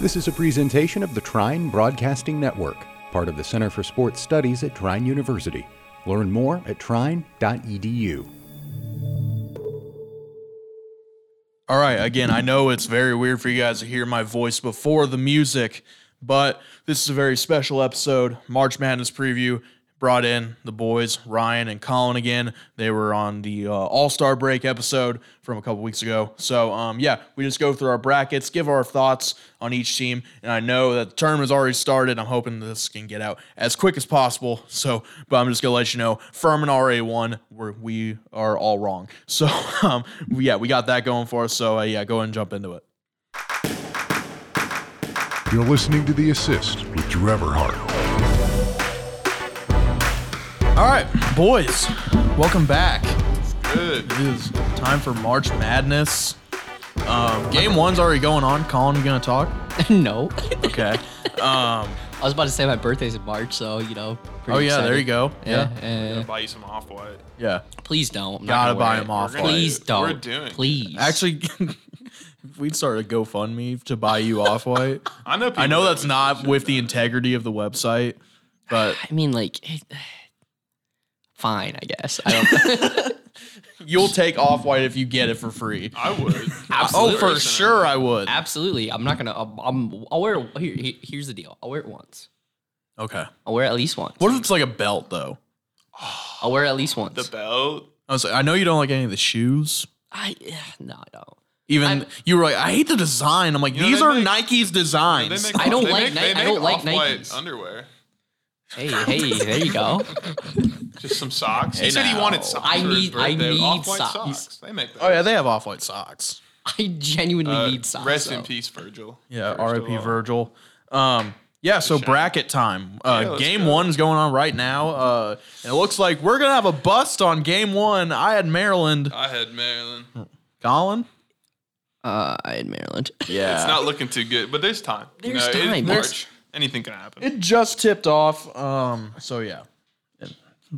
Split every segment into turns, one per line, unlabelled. This is a presentation of the Trine Broadcasting Network, part of the Center for Sports Studies at Trine University. Learn more at E trine.edu.
All right, again, I know it's very weird for you guys to hear my voice before the music, but this is a very special episode. March Madness preview brought in the boys, Ryan and Colin again. They were on the uh, All Star Break episode from a couple weeks ago. So, um, yeah, we just go through our brackets, give our thoughts on each team. And I know that the term has already started. I'm hoping this can get out as quick as possible. So, but I'm just going to let you know Furman RA1, we're, we are all wrong. So, um, yeah, we got that going for us. So, uh, yeah, go ahead and jump into it.
You're listening to The Assist with Drew Everhart.
All right, boys, welcome back.
Good.
It is time for March Madness. Um, game one's already going on. Colin, you gonna talk?
no.
Okay. Um,
I was about to say my birthday's in March, so you know.
oh yeah, there you go. Yeah.
Yeah. eh,
Buy you some off white.
Yeah.
please don't. I'm not
Gotta
gonna
buy
wear
him
it.
off.
Please
We're
don't.
doing it.
Please.
Actually, if we'd start a GoFundMe to buy you off white.
I know. People
I know
that
that's
would
not
appreciate
with the
that.
integrity of the website, but
I mean, like, it, fine, I guess. I don't.
you'll take off white if you get it for free.
I would.
Oh, for sure I would.
absolutely, I'm not gonna. I'm, I'm, I'll wear. It, here, here- here's the deal. I'll wear it once.
Okay.
I'll wear it at least once.
What if it's like a belt though?
I'll wear it at least
The
once.
belt.
I was like, I know you don't like any of the shoes.
I eh, no, I don't.
Even
I'm-
you were like, I hate the design. I'm like,
You know,
these
they
are
make-
Nike's designs.
They make,
I don't
they
like
make-
Ni-
they
I
make
don't like
off-white
Nikes.
underwear.
Hey, hey, there you go.
Just some socks. he
Hey,
said he
now.
wanted socks.
I
for his
need- I
birthday.
need
Off-white
socks.
They make. Those.
oh yeah, they have off-white socks.
I genuinely
Uh,
need socks.
Rest in
though.
peace, Virgil.
Yeah,
First of
RIP
all.
Virgil. Um, yeah, so bracket time.
Yeah,
Uh,
let's
game
go.
one's going on right now. Uh, and it looks like we're gonna have a bust on game one. I had Maryland.
I had Maryland.
Colin.
Uh, I had Maryland.
Yeah,
It's not looking too good, but there's time. You
There's
know, it's
time. There's-
March. Anything can happen.
It just tipped off. Um, so yeah,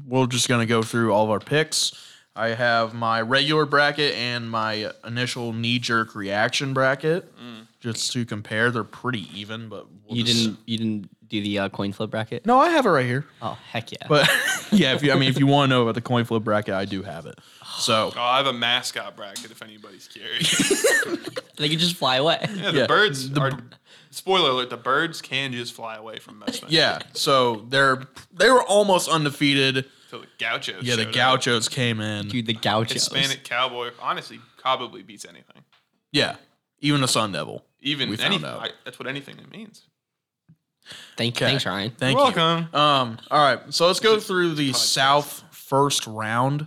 we're just gonna go through all of our picks. I have my regular bracket and my initial knee-jerk reaction bracket,
Mm.
just to compare. They're pretty even, but we'll
You
just-
didn't. You didn't do the uh, coin flip bracket.
No, I have it right here.
Oh heck yeah.
But yeah, if you, I mean, if you want to know about the coin flip bracket, I do have it. So
Oh, I have a mascot bracket if anybody's curious.
they could just fly away.
yeah, the
Yeah.
birds are. Spoiler alert: the birds can just fly away from Mets.
yeah, so they're they were almost undefeated.
Until the gauchos.
Yeah, the
showed up.
Gauchos came in.
Dude, the gauchos.
Hispanic cowboy honestly probably beats anything.
Yeah, even the Sun Devil.
Even
We found
anything.
out.
I, that's what anything means.
Thank,
Okay.
Thanks, Ryan.
Thank
You're
you.
welcome.
Um, all right, so let's go
This is
through the
podcast.
South first round.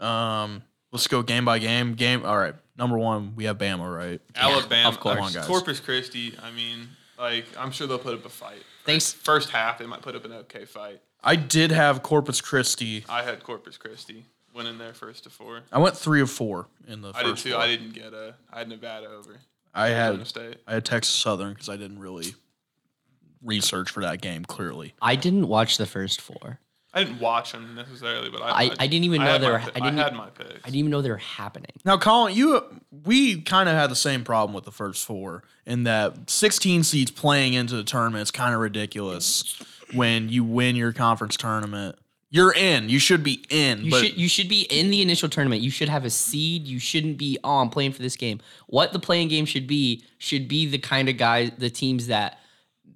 Um, let's go game by game. Game. All right, number one, we have Bama, right?
Alabama,
of course.
uh,
Come on, guys.
Corpus Christi. I mean, like I'm sure they'll put up a fight.
Thanks.
First half, they might put up an okay fight.
I did have Corpus Christi.
I had Corpus Christi winning their first to four.
I went three of four in the.
I
First
did too.
Four.
I didn't get a. I had Nevada over.
I
Arizona
had
State.
I had Texas Southern because I didn't really research for that game. Clearly,
I didn't watch the first four.
I didn't watch them necessarily, but I.
I- I didn't even know
had
they
my
were-
pi-
I didn't
I had
e-
my picks.
I didn't even know they were happening.
now Colin, you we kind of had the same problem with the first four in that 16 seeds playing into the tournament is kind of ridiculous. When you win your conference tournament, you're in. You should be in.
You
but
should you should be in the initial tournament. You should have a seed. You shouldn't be oh I'm playing for this game. What the playing game should be should be the kind of guys the teams that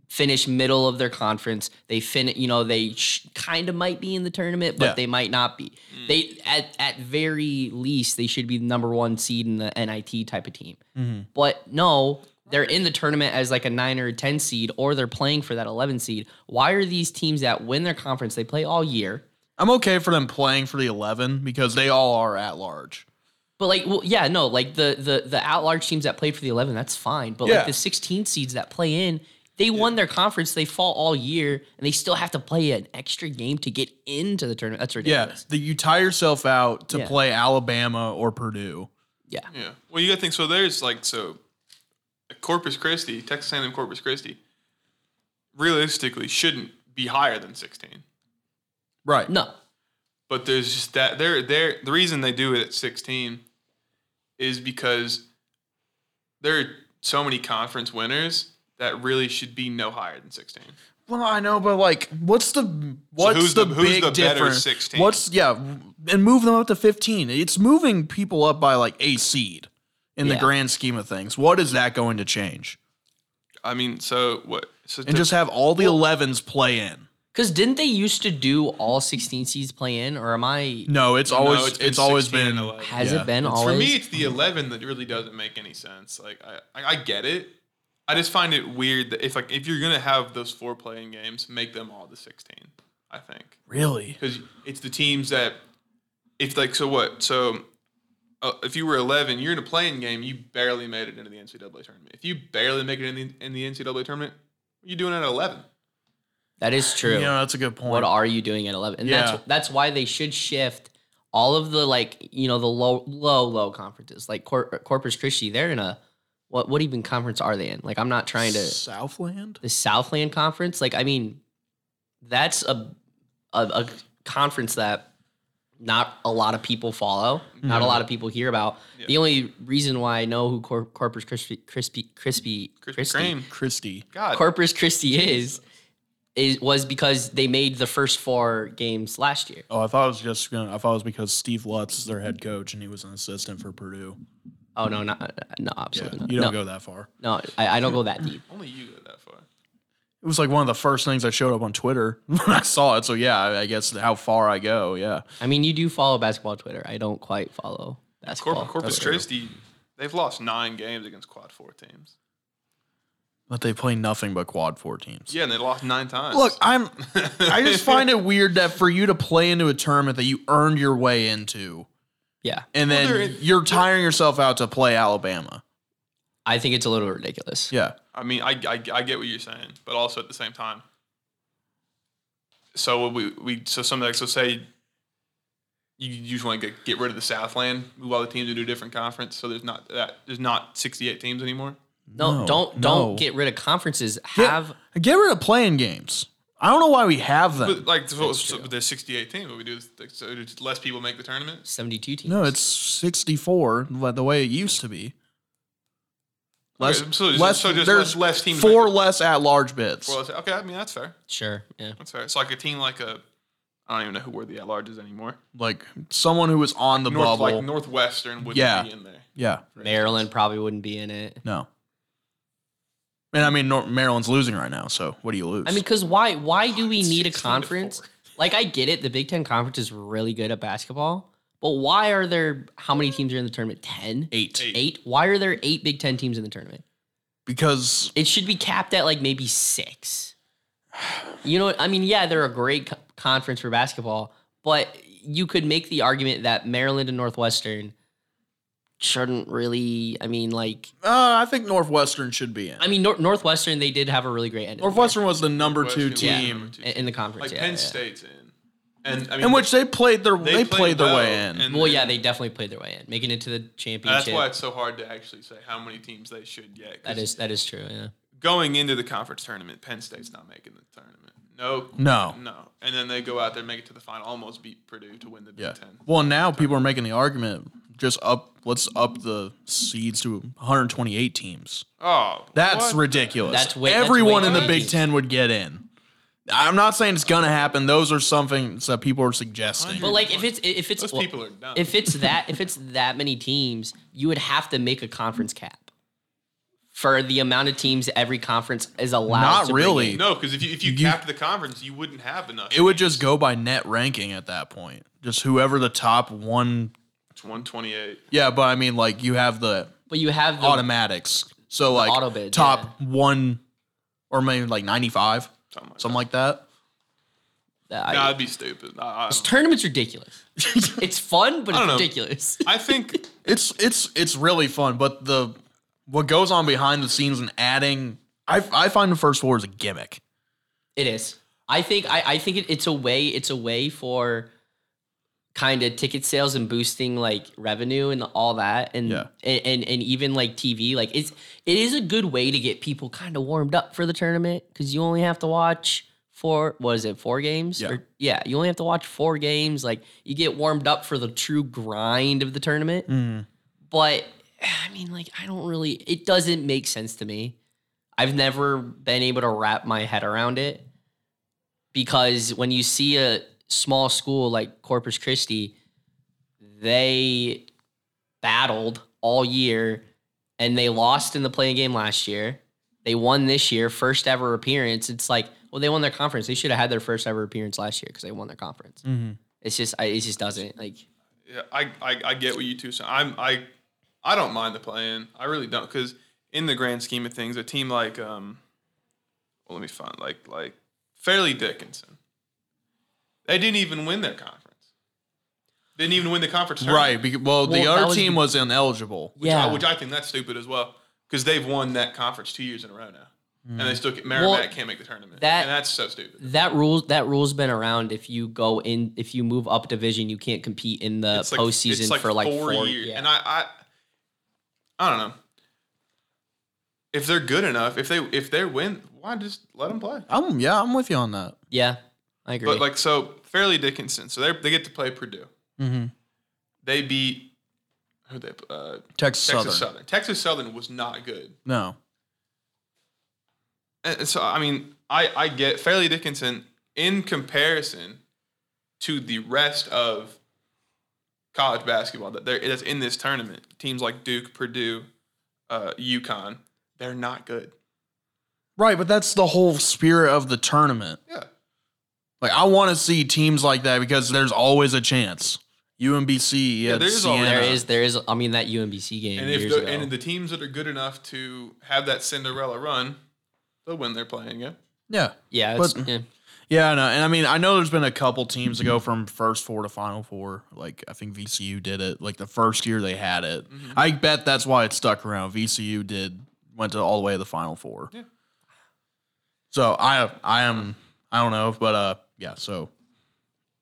finish middle of their conference. They fin you know they sh- kind of might be in the tournament, but
Yeah. Mm.
they might not be. They at at very least they should be the number one seed in the NIT type of team.
Mm-hmm.
But no. They're in the tournament as like a nine or a 10 seed, or they're playing for that 11 seed. Why are these teams that win their conference, they play all year,
I'm okay for them playing for the 11 because they all are at large.
But like, well, yeah, no, like the the the out large teams that played for the eleven, that's fine. But
Yeah.
like the sixteen seeds that play in, they won their conference, they fall all year, and they still have to play an extra game to get into the uh, tournament. That's
Yeah,
ridiculous.
that you tie yourself out to
Yeah.
play Alabama or Purdue.
Yeah,
Yeah. Well, you got to think. So there's like so, Corpus Christi, Texas A&M Corpus Christi, realistically shouldn't be higher than 16.
Right.
no,
But there's just that they're they're the reason they do it at 16 is because there are so many conference winners that really should be no higher than 16.
Well, I know, but like, what's the what's
who's
the,
the- who's
big
the better
difference?
16?
What's yeah, and move them up to fifteen. It's moving people up by like a seed in the
Yeah.
grand scheme of things. What is that going to change?
I mean, so what? So
And
to-
just have all the elevens play in.
Because didn't they used to do all 16 seeds play in, or am I?
No, it's always
no,
it's, always
16 and
been
11.
Has
Yeah.
it been
For
always?
me, it's the 11 that really doesn't make any sense. Like, I, I, I get it. I just find it weird that if like if you're gonna have those four playing games, make them all the 16. I think
really
because it's the teams that if like so what so uh, if you were 11, you're in a playing game, you barely made it into the NCAA tournament. If you barely make it in the, in the NCAA tournament, what are you doing at 11?
that is true.
Yeah, that's a good point.
what are you doing at 11 and
Yeah.
that's that's why they should shift all of the like you know the low low low conferences like Cor- corpus christi they're in a what what even conference are they in like i'm not trying to
Southland?
the southland conference like i mean that's a a, a conference that not a lot of people follow not a lot of people hear about the only reason why i know who Cor- corpus christi crispy crispy
Krispy
Christi-
Kreme.
Christie.
God,
corpus christi is is was because they made the first four games last year
Oh, I thought it was just gonna, I thought it was because Steve Lutz is their head coach and he was an assistant for Purdue.
Oh no, not no, absolutely
You
not.
don't
No,
go that far.
no, I, I don't go that deep.
only you go that far.
It was like one of the first things I showed up on Twitter when I saw it. So yeah, I, I guess how far I go. Yeah,
I mean, you do follow basketball Twitter. I don't quite follow
Corp-
basketball.
Corpus
that's true.
Christi, they've lost nine games against quad four teams.
but they play nothing but quad four teams.
Yeah, and they lost nine times.
Look, I'm. I just find it weird that for you to play into a tournament that you earned your way into,
yeah,
and then
they're-
you're tiring yourself out to play Alabama.
I think it's a little ridiculous.
Yeah,
I mean, I, I, I get what you're saying, but also at the same time, so would we we so something like so say you you just want to get, get rid of the Southland, move all the teams into a different conference, so there's not that there's not 68 teams anymore.
No,
No,
don't don't
no.
get rid of conferences.
Get-
Have
get rid of playing games. I don't know why we have them.
But like so, so there's 68 teams, but we do is, like, so just less people make the tournament.
seventy-two teams.
No, it's 64, like the way it used to be. Less,
Okay, so just-
less,
so just
there's
less- less teams
four
like-
less at large bids.
Well, I say, okay, I mean that's fair.
sure. Yeah,
That's fair. It's like a team like a I don't even know who were the at larges anymore.
like someone who was on the
North,
bubble.
like Northwestern wouldn't
Yeah.
be in there.
yeah,
Maryland probably wouldn't be in it.
no. And I mean, Nor- Maryland's losing right now, so what do you lose?
I mean, because why why do we need
16
a
to
conference?
four.
Like I get it, the Big Ten conference is really good at basketball, but why are there how many teams are in the tournament? Ten.
eight.
Eight.
Eight. Why are there eight Big Ten teams in the tournament?
Because
It should be capped at like maybe six. You know, what- I mean, yeah, they're a great co- conference for basketball, but you could make the argument that Maryland and Northwestern shouldn't really. I mean, like,
uh, I think Northwestern should be in.
I mean, Nor- Northwestern they did have a really great end of the
Northwestern was the number two
Northwestern was
team,
number two
year in, in the conference.
Like
yeah,
Penn
yeah.
State's in, and I mean
in which they played their they,
they
played,
played
their
well,
way in.
and-
Well, yeah, they definitely played their way in, making it to the championship.
That's why it's so hard to actually say how many teams they should get. 'cause
that is that is true. Yeah,
going into the conference tournament. Penn State's not making the tournament. No,
no,
no. And then they go out there, make it to the final, almost beat Purdue to win the Big
Yeah.
Ten.
Well, now people are making the argument just up. Let's up the seeds to 128 teams.
Oh,
That's
what?
ridiculous.
That's way- that's
everyone
way
in the
too
Big
many
Ten would get in. I'm not saying it's gonna happen. Those are some things that people are suggesting.
but like if it's if it's
Those
well,
people are dumb.
if it's that if it's that many teams, you would have to make a conference cap for the amount of teams every conference is allowed.
Not
to bring in.
really.
no, because if you if you,
You-
capped the conference, you wouldn't have enough.
It would just go by net ranking at that point. Just whoever the top one.
It's one twenty eight.
Yeah, but I mean, like you have the
But you have the,
automatics. So like
auto bid,
top one, or maybe like 95,
Something like
something like that.
Nah,
I-
that'd be stupid. Nah, I,
this
don't-
tournament's ridiculous. it's fun, but
I don't
it's
know.
ridiculous.
I think
It's it's it's really fun, but the what goes on behind the scenes and adding, I I find the first four is a gimmick.
It is. I think I, I think it, it's a way it's a way for kind of ticket sales and boosting like revenue and all that and,
Yeah.
and and and even like TV like it's it is a good way to get people kind of warmed up for the tournament cuz you only have to watch four what is it four games
Yeah.
yeah you only have to watch four games like you get warmed up for the true grind of the tournament
Mm.
but I mean, like, I don't really. It doesn't make sense to me. I've never been able to wrap my head around it because when you see a small school like Corpus Christi, they battled all year and they lost in the playing game last year. They won this year, first ever appearance. It's like, well, they won their conference. They should have had their first ever appearance last year because they won their conference. It's just, I, it just doesn't like.
Yeah, I, I, I get what you two say. I'm I I don't mind the play-in. I really don't because in the grand scheme of things, a team like um, well, let me find like like Fairleigh Dickinson, they didn't even win their conference. Didn't even win the conference tournament,
Right. Because, well, the
Well, that
other
was
team
be-
was ineligible.
Which, I, which I think that's stupid as well because they've won that conference two years in a row now, and they still get, Merrimack
Well,
can't make the tournament.
that-
and that's so stupid.
that rule that rule's been around. If you go in, if you move up division, you can't compete in the
It's like-
uh, postseason
it's
for like four,
years.
yeah.
And I, I, I don't know. If they're good enough, if they if they win, why just let them play?
I'm yeah, I'm with you on that.
yeah, I agree.
But like so, Fairleigh Dickinson, so they they get to play Purdue.
Mm-hmm.
They beat who they uh,
Texas, Southern.
Texas Southern. Texas Southern was not good.
No.
And and so I mean, I I get Fairleigh Dickinson in comparison to the rest of college basketball that they're, that's in this tournament. Teams like Duke, Purdue, uh, UConn, they're not good.
Right, but that's the whole spirit of the tournament.
Yeah,
Like I want to see teams like that because there's always a chance. UMBC, yeah,
there's
there's
always-
there
yeah.
is, there is. I mean, that UMBC game
and if
years
the,
ago.
and the teams that are good enough to have that Cinderella run, they'll win their playing game.
yeah,
yeah, it's,
but-
yeah,
yeah, I know. And I mean, I know there's been a couple teams that go from first four to final four. Like I think VCU did it. Like the first year they had it.
Mm-hmm.
I bet that's why it stuck around. VCU did went to all the way to the final four.
Yeah.
So I I am I don't know, but uh yeah. So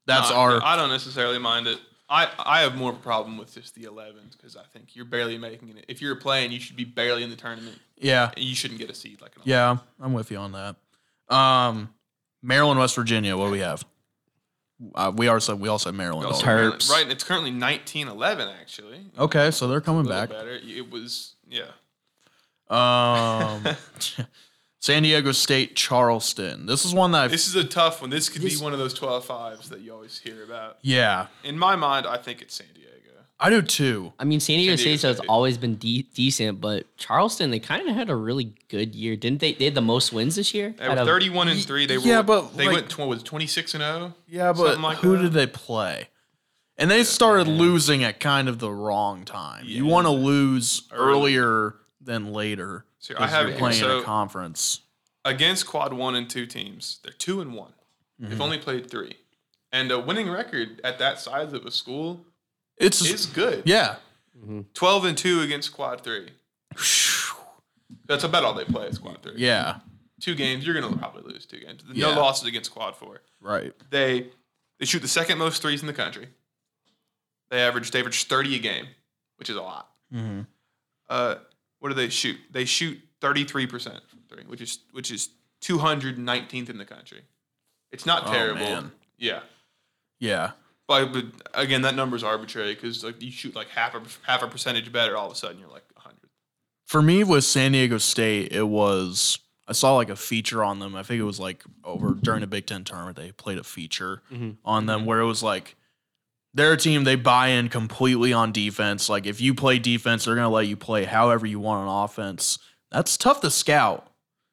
that's
I-
our
I don't necessarily mind it. I, I have more of a problem with just the 11s because I think you're barely making it. If you're playing, you should be barely in the tournament.
yeah.
And you shouldn't get a seed like an
Yeah, I'm with you on that. Um, Maryland, West Virginia. What do we have? Uh, we also we also have Maryland.
Also,
already.
Maryland- Right, and it's currently 1911 actually.
Okay, so they're coming
A little
Oh, back.
better. It was yeah.
Um, San Diego State, Charleston. This is one that I've,
This is a tough one. This could
This-
be one of those 12 fives that you always hear about.
yeah,
In my mind, I think it's San Diego.
I do too.
I mean, San Diego
San Diego
State has
State.
always been de- decent, but Charleston they kind of had a really good year, didn't they? They had the most wins this year.
They
Out
were
of-
31 and 3. They were
yeah, but,
they
like-
went tw- was 26 and oh? 0.
Yeah, but
Something like
who
that.
did they play? And they started losing at kind of the wrong time. You want to lose earlier than later.
So I
because
have it
you're
here.
playing
So-
a conference.
against quad one and two teams. They're two and one.
Mm-hmm.
They've only played three, and a winning record at that size of a school
It's
is good.
yeah,
twelve and two against quad three. That's about all they play is quad three.
yeah,
Two games, you're gonna probably lose two games. No
Yeah.
losses against quad four.
right.
They they shoot the second most threes in the country. They average they average thirty a game, which is a lot.
Mm-hmm.
Uh, what do they shoot? They shoot thirty three percent from three, which is which is two hundred nineteenth in the country. It's not
Oh,
terrible.
man.
Yeah,
Yeah.
but, but again, that number's arbitrary because like you shoot like half a half a percentage better, all of a sudden you're like hundred.
For me with San Diego State, it was I saw like a feature on them. I think it was like over during the Big Ten tournament, they played a feature on them where it was like they're a team, they buy in completely on defense. Like if you play defense, they're gonna let you play however you want on offense. That's tough to scout.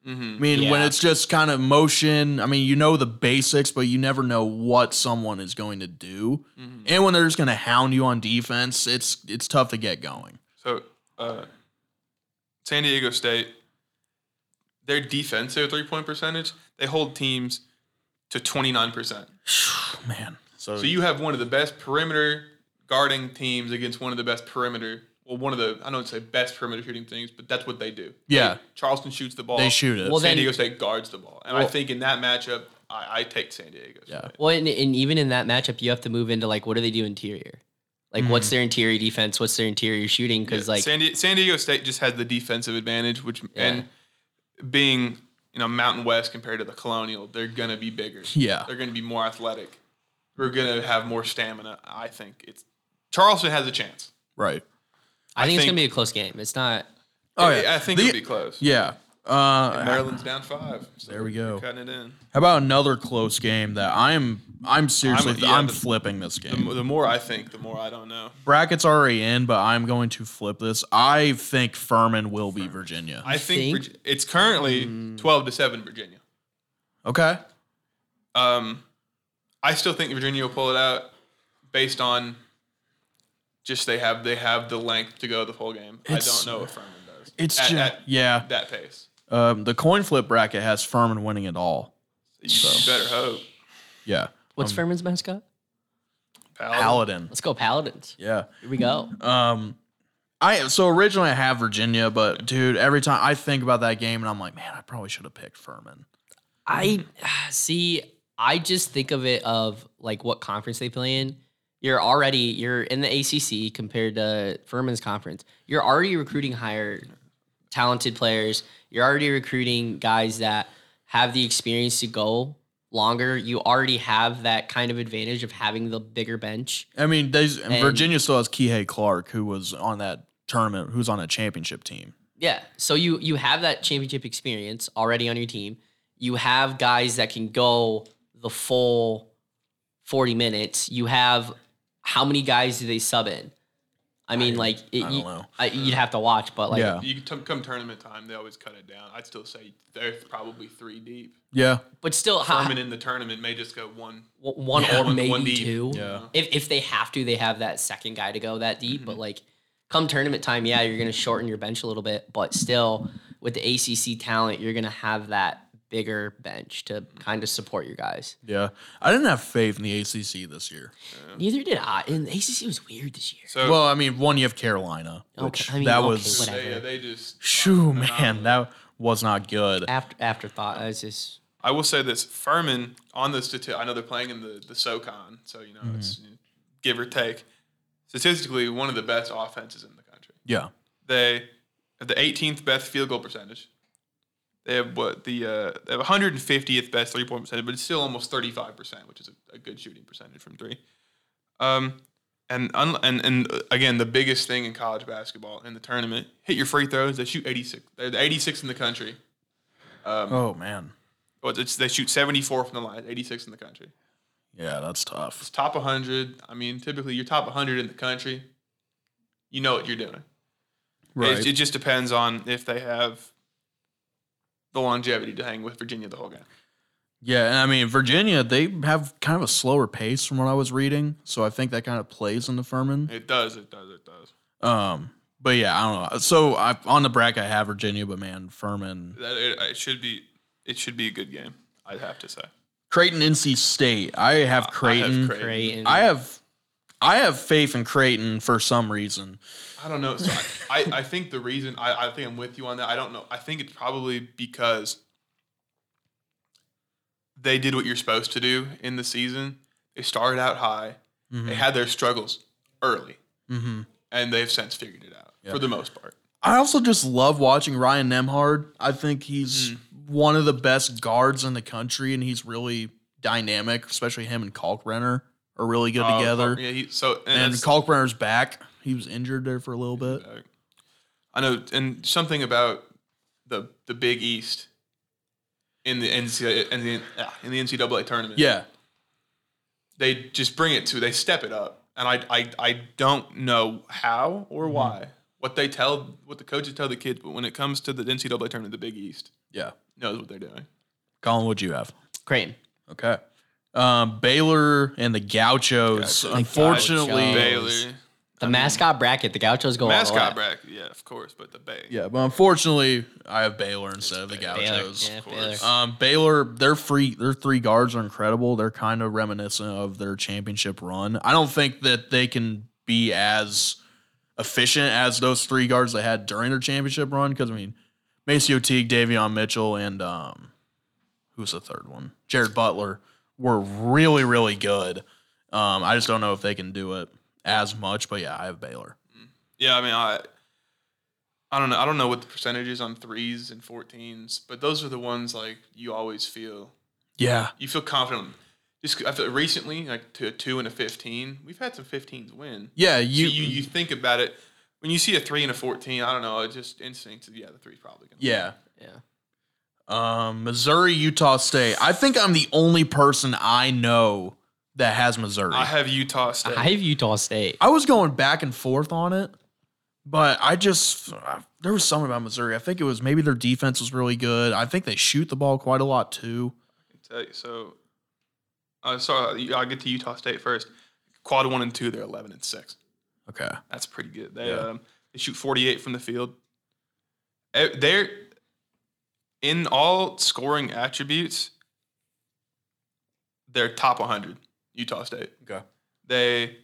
I
Mm-hmm.
mean, when
Yeah.
it's just kind of motion, I mean, you know the basics, but you never know what someone is going to do. And when they're just going to hound you on defense, it's it's tough to get going.
So, uh, San Diego State, their defensive three point percentage, they hold teams to twenty nine percent.
Man. So,
So you have one of the best perimeter guarding teams against one of the best perimeter. Well, one of the I don't say best perimeter shooting things, but that's what they do.
Yeah.
They- Charleston shoots the ball.
they shoot it.
Well,
San
then-
Diego State guards the ball, and I think in that matchup, I, I take San Diego. State.
Yeah.
Well, and, and even in that matchup, you have to move into like, what do they do interior? Like, what's their interior defense? What's their interior shooting? Because like,
San, Di- San Diego State just has the defensive advantage, which and being you know Mountain West compared to the Colonial, they're gonna be bigger.
Yeah.
they're gonna be more athletic. We're gonna have more stamina. I think it's Charleston has a chance.
right.
I think it's
think-
gonna be a close game. It's not.
Oh,
I-
yeah.
I think
The-
it'll be close.
Yeah. Uh,
Maryland's down five. So
There we go.
we're Cutting it in.
How about another close game that I'm I'm seriously
I'm
I'm,
with you.
flipping this game.
The, mo- the more I think, the more I don't know.
Brackets already in, but I'm going to flip this. I think Furman will be Virginia.
I think,
think-
Virg- it's currently
Mm.
twelve to seven Virginia.
okay.
Um, I still think Virginia will pull it out based on just they have they have the length to go the whole game.
It's-
I don't know if Furman does.
It's
at,
ju-
at
yeah.
that pace.
Um, the coin flip bracket has Furman winning it all.
You better hope.
Yeah.
What's Furman's mascot?
Paladin.
Paladin.
Let's go Paladins.
Yeah.
Here we go.
Um, I so originally I have Virginia, but dude, every time I think about that game and I'm like, man, I probably should have picked Furman.
I see. I just think of it of like what conference they play in. You're already you're in the ACC compared to Furman's conference. You're already recruiting higher talented players. You're already recruiting guys that have the experience to go longer. You already have that kind of advantage of having the bigger bench.
I mean, they Virginia still has Kihei Clark, who was on that tournament, who's on a championship team.
Yeah. So you you have that championship experience already on your team. You have guys that can go the full 40 minutes. You have how many guys do they sub in? I mean, like it,
don't
you,
know.
I, you'd have to watch, but like
Yeah.
You t- come tournament time, they always cut it down. I'd still say they're probably three deep.
Yeah,
but still how,
Furman in the tournament may just go one.
one or
one-
maybe
one deep.
two.
Yeah.
If if they have to, they have that second guy to go that deep. But like, come tournament time, yeah, you're gonna shorten your bench a little bit, but still with the ACC talent, you're gonna have that bigger bench to kind of support your guys.
yeah. I didn't have faith in the ACC this year.
Neither did I. And the ACC was weird this year.
So
Well, I mean, one you have Carolina, which
Okay, I mean,
that
okay,
was
whatever.
they, uh, they just.
shoo, man, that was not good.
After afterthought, I was just
I will say this: Furman on the stati- I know they're playing in the the SoCon, so you know it's
Mm-hmm.
give or take. Statistically, one of the best offenses in the country.
Yeah,
They have the 18th best field goal percentage. They have what the uh, they have 150th best three point percentage, but it's still almost 35 percent, which is a, a good shooting percentage from three. Um, and un- and and uh, again, the biggest thing in college basketball in the tournament, hit your free throws. They shoot 86. They're the 86 in the country.
oh man,
Well, it's, they shoot 74 from the line, 86 in the country.
yeah, that's tough.
It's top 100. I mean, typically you're top 100 in the country. You know what you're doing.
Right,
It, it just depends on if they have the longevity to hang with Virginia the whole game.
yeah, and I mean Virginia, they have kind of a slower pace from what I was reading, so I think that kind of plays into Furman.
It does. It does. It does.
Um, but yeah, I don't know. So I on the bracket I have Virginia, but man, Furman,
That, it, it should be. It should be a good game. I'd have to say.
Creighton, NC State. I have Creighton. I have,
Creighton.
Creighton.
I have, faith in Creighton for some reason.
I don't know. So I, I, I think the reason I, I think I'm with you on that. I don't know. I think it's probably because they did what you're supposed to do in the season. They started out high.
Hmm.
They had their struggles early,
Mm-hmm.
and they've since figured it out for the most part.
I also just love watching Ryan Nemhard. I think he's one of the best guards in the country, and he's really dynamic. Especially him and Kalkbrenner are really good
Uh,
together.
yeah. He, so and,
And
that's-
Kalkbrenner's back. He was injured there for a little bit.
I know, and something about the the Big East in the NCAA in the, ah, in the NCAA tournament.
Yeah,
they just bring it to they step it up and i i, I don't know how
Mm-hmm.
or why what they tell what the coaches tell the kids but when it comes to the ncaa tournament the big east
yeah.
knows what they're doing
Colin, what'd you have?
Creighton.
Okay. Um, Baylor and the Gauchos. Unfortunately,
Gauchos. Baylor.
baylor
The mascot bracket, the Gauchos go all the way.
mascot bracket yeah of course but the bay
yeah, but unfortunately, I have Baylor instead of the
Baylor,
Gauchos.
yeah, Uh,
of course.
Baylor.
Um, Baylor, their free, their three guards are incredible. They're kind of reminiscent of their championship run. I don't think that they can be as efficient as those three guards they had during their championship run. Because I mean, Macy O'Teague, Davion Mitchell, and um, who's the third one? Jared Butler were really, really good. Um, I just don't know if they can do it as much. But yeah, I have Baylor.
yeah i mean i i don't know i don't know what the percentage is on threes and 14s but those are the ones like you always feel
Yeah,
you feel confident just 'cause I feel recently like to a 2 and a 15 we've had some 15s win
yeah.
you, you you think about it when you see a three and a fourteen. I don't know. It just instincts. Yeah, the three's probably gonna.
yeah.
Yeah.
Um, Missouri, Utah State. I think I'm the only person I know that has Missouri.
I
I,
have Utah State.
I have Utah State.
was going back and forth on it, but I just there was something about Missouri. I think it was maybe their defense was really good. I think they shoot the ball quite a lot too.
tell you. So, uh, sorry, I'll get to Utah State first. Quad one and two, they're eleven and six.
Okay.
That's pretty good. They
Yeah.
um, they shoot forty eight from the field. Eh, They're in all scoring attributes. They're top one hundred. Utah State.
Okay.
They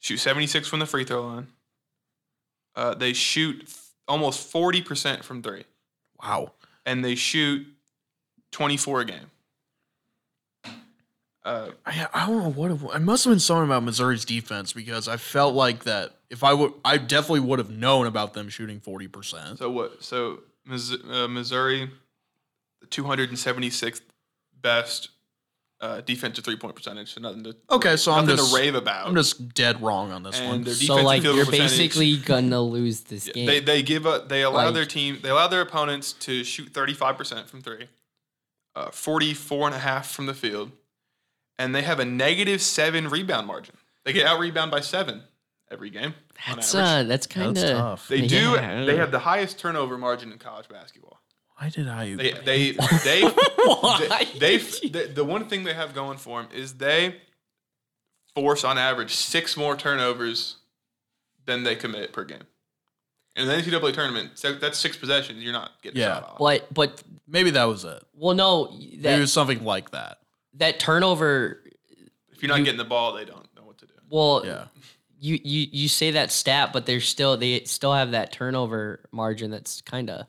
shoot seventy six from the free throw line. Uh, they shoot f- almost forty percent from three,
Wow.
and they shoot twenty four a game. Uh,
I, I don't know what it, wa- it must have been something about Missouri's defense because I felt like that if I would I definitely would have known about them shooting forty percent.
So what? So Miss- uh, Missouri, the 276th best uh, defensive three point percentage. So nothing to
Okay, so I'm
nothing
just
to rave about.
I'm just dead wrong on this
And
one.
their
So
defensive
like
field
you're
percentage.
basically gonna lose this game.
they they give up. They allow
Like-
their team. They allow their opponents to shoot 35 percent from three, uh, 44 and a half from the field, and they have a negative seven rebound margin. They get out rebound by seven every game. on
that's
average.
uh, that's kind
That's
of
tough.
they do.
yeah.
They have the highest turnover margin in college basketball.
Why did I?
They they they
why
they, they the, the one thing they have going for them is they force on average six more turnovers than they commit per game. In the NCAA tournament, so that's six possessions. You're not getting
Yeah.
shot off.
but but
maybe that was it.
well no
Maybe it
that
was something like that.
that turnover
if you're not getting the ball, they don't know what to do.
well
Yeah.
you you you say that stat but they're still they still have that turnover margin that's kind of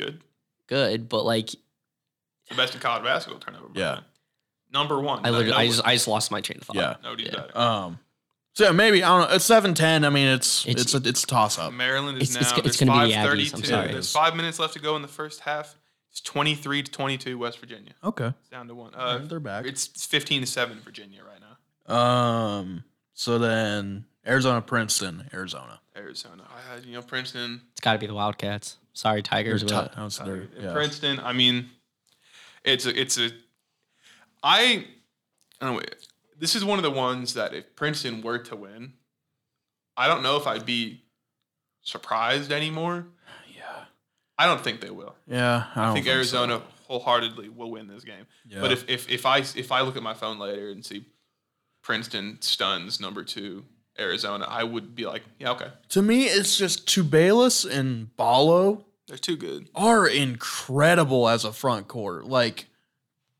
Good.
good but like
The best in college basketball turnover. by
Yeah.
far. Number one.
I
No-
literally
no
I
one-
just I just lost my train of thought.
Yeah.
nobody's
yeah.
better.
Um. So yeah, maybe I don't know. It's seven ten. I mean, it's it's
It's-
a, it's a toss up.
Maryland is
It's- it's-
now.
it's
It's,
gonna
five
be the Aggies,
thirty-two.
I'm sorry.
There's five minutes left to go in the first half. It's 23 to 22 West Virginia.
Okay.
It's down to one. Uh,
They're back.
It's 15 to 7 Virginia right now.
Um. So then Arizona Princeton Arizona.
Arizona. I had, you know, Princeton.
It's got to be the Wildcats. Sorry, Tigers.
They're
But
ti- oh, so they're- yeah.
Princeton. I mean, it's a, it's a. I, I don't know. This is one of the ones that if Princeton were to win, I don't know if I'd be surprised anymore.
Yeah.
I don't think they will.
Yeah. I,
I
don't
think
so.
Arizona wholeheartedly will win this game.
Yeah.
But if, if if I if I look at my phone later and see Princeton stuns number two Arizona, I would be like, yeah, okay,
To me, it's just Tubalis and Balo
they're too good.
are incredible as a front court. Like